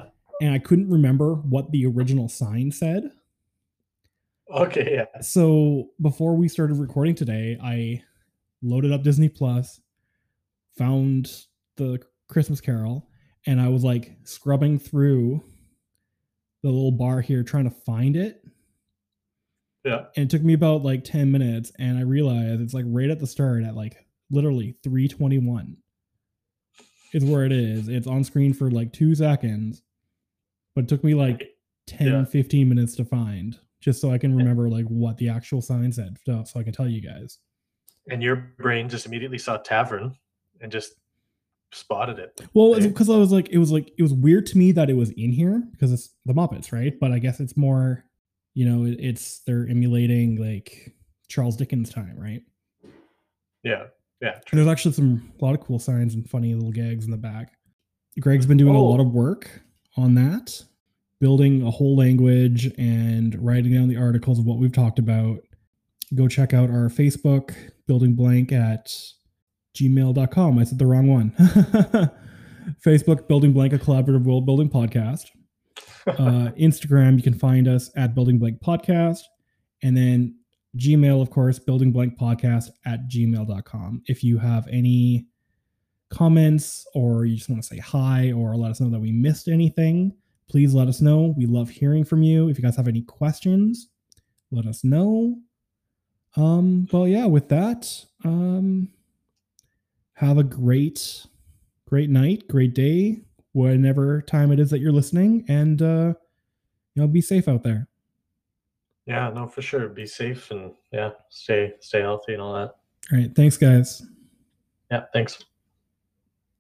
A: and I couldn't remember what the original sign said.
B: Okay, yeah.
A: So before we started recording today, I loaded up Disney Plus, found the Christmas Carol, and I was like scrubbing through the little bar here trying to find it.
B: Yeah.
A: And it took me about like 10 minutes and I realized it's like right at the start at like literally 321 is where it is. It's on screen for like two seconds, but it took me like 10
B: Yeah.
A: 15 minutes to find just so i can remember like what the actual sign said so, so i can tell you guys
B: And your brain just immediately saw tavern and just spotted it.
A: well
B: Okay.
A: because i was like it was like it was weird to me that it was in here because it's the muppets right but i guess it's more you know it, it's they're emulating like charles dickens time right
B: Yeah. Yeah.
A: and there's actually some a lot of cool signs and funny little gags in the back greg's been doing a
B: Oh.
A: lot of work on that building a whole language and writing down the articles of what we've talked about go check out our facebook building blank at gmail.com i said the wrong one facebook building blank a collaborative world building podcast uh, instagram you can find us at building blank podcast and then gmail of course building blank podcast at gmail.com if you have any comments or you just want to say hi or let us know that we missed anything please let us know we love hearing from you if you guys have any questions let us know um well yeah with that um have a great great night great day whenever time it is that you're listening and uh you know be safe out there
B: Yeah, no, for sure. Be safe and yeah, stay stay healthy and all that.
A: all right thanks guys
B: Yeah, thanks.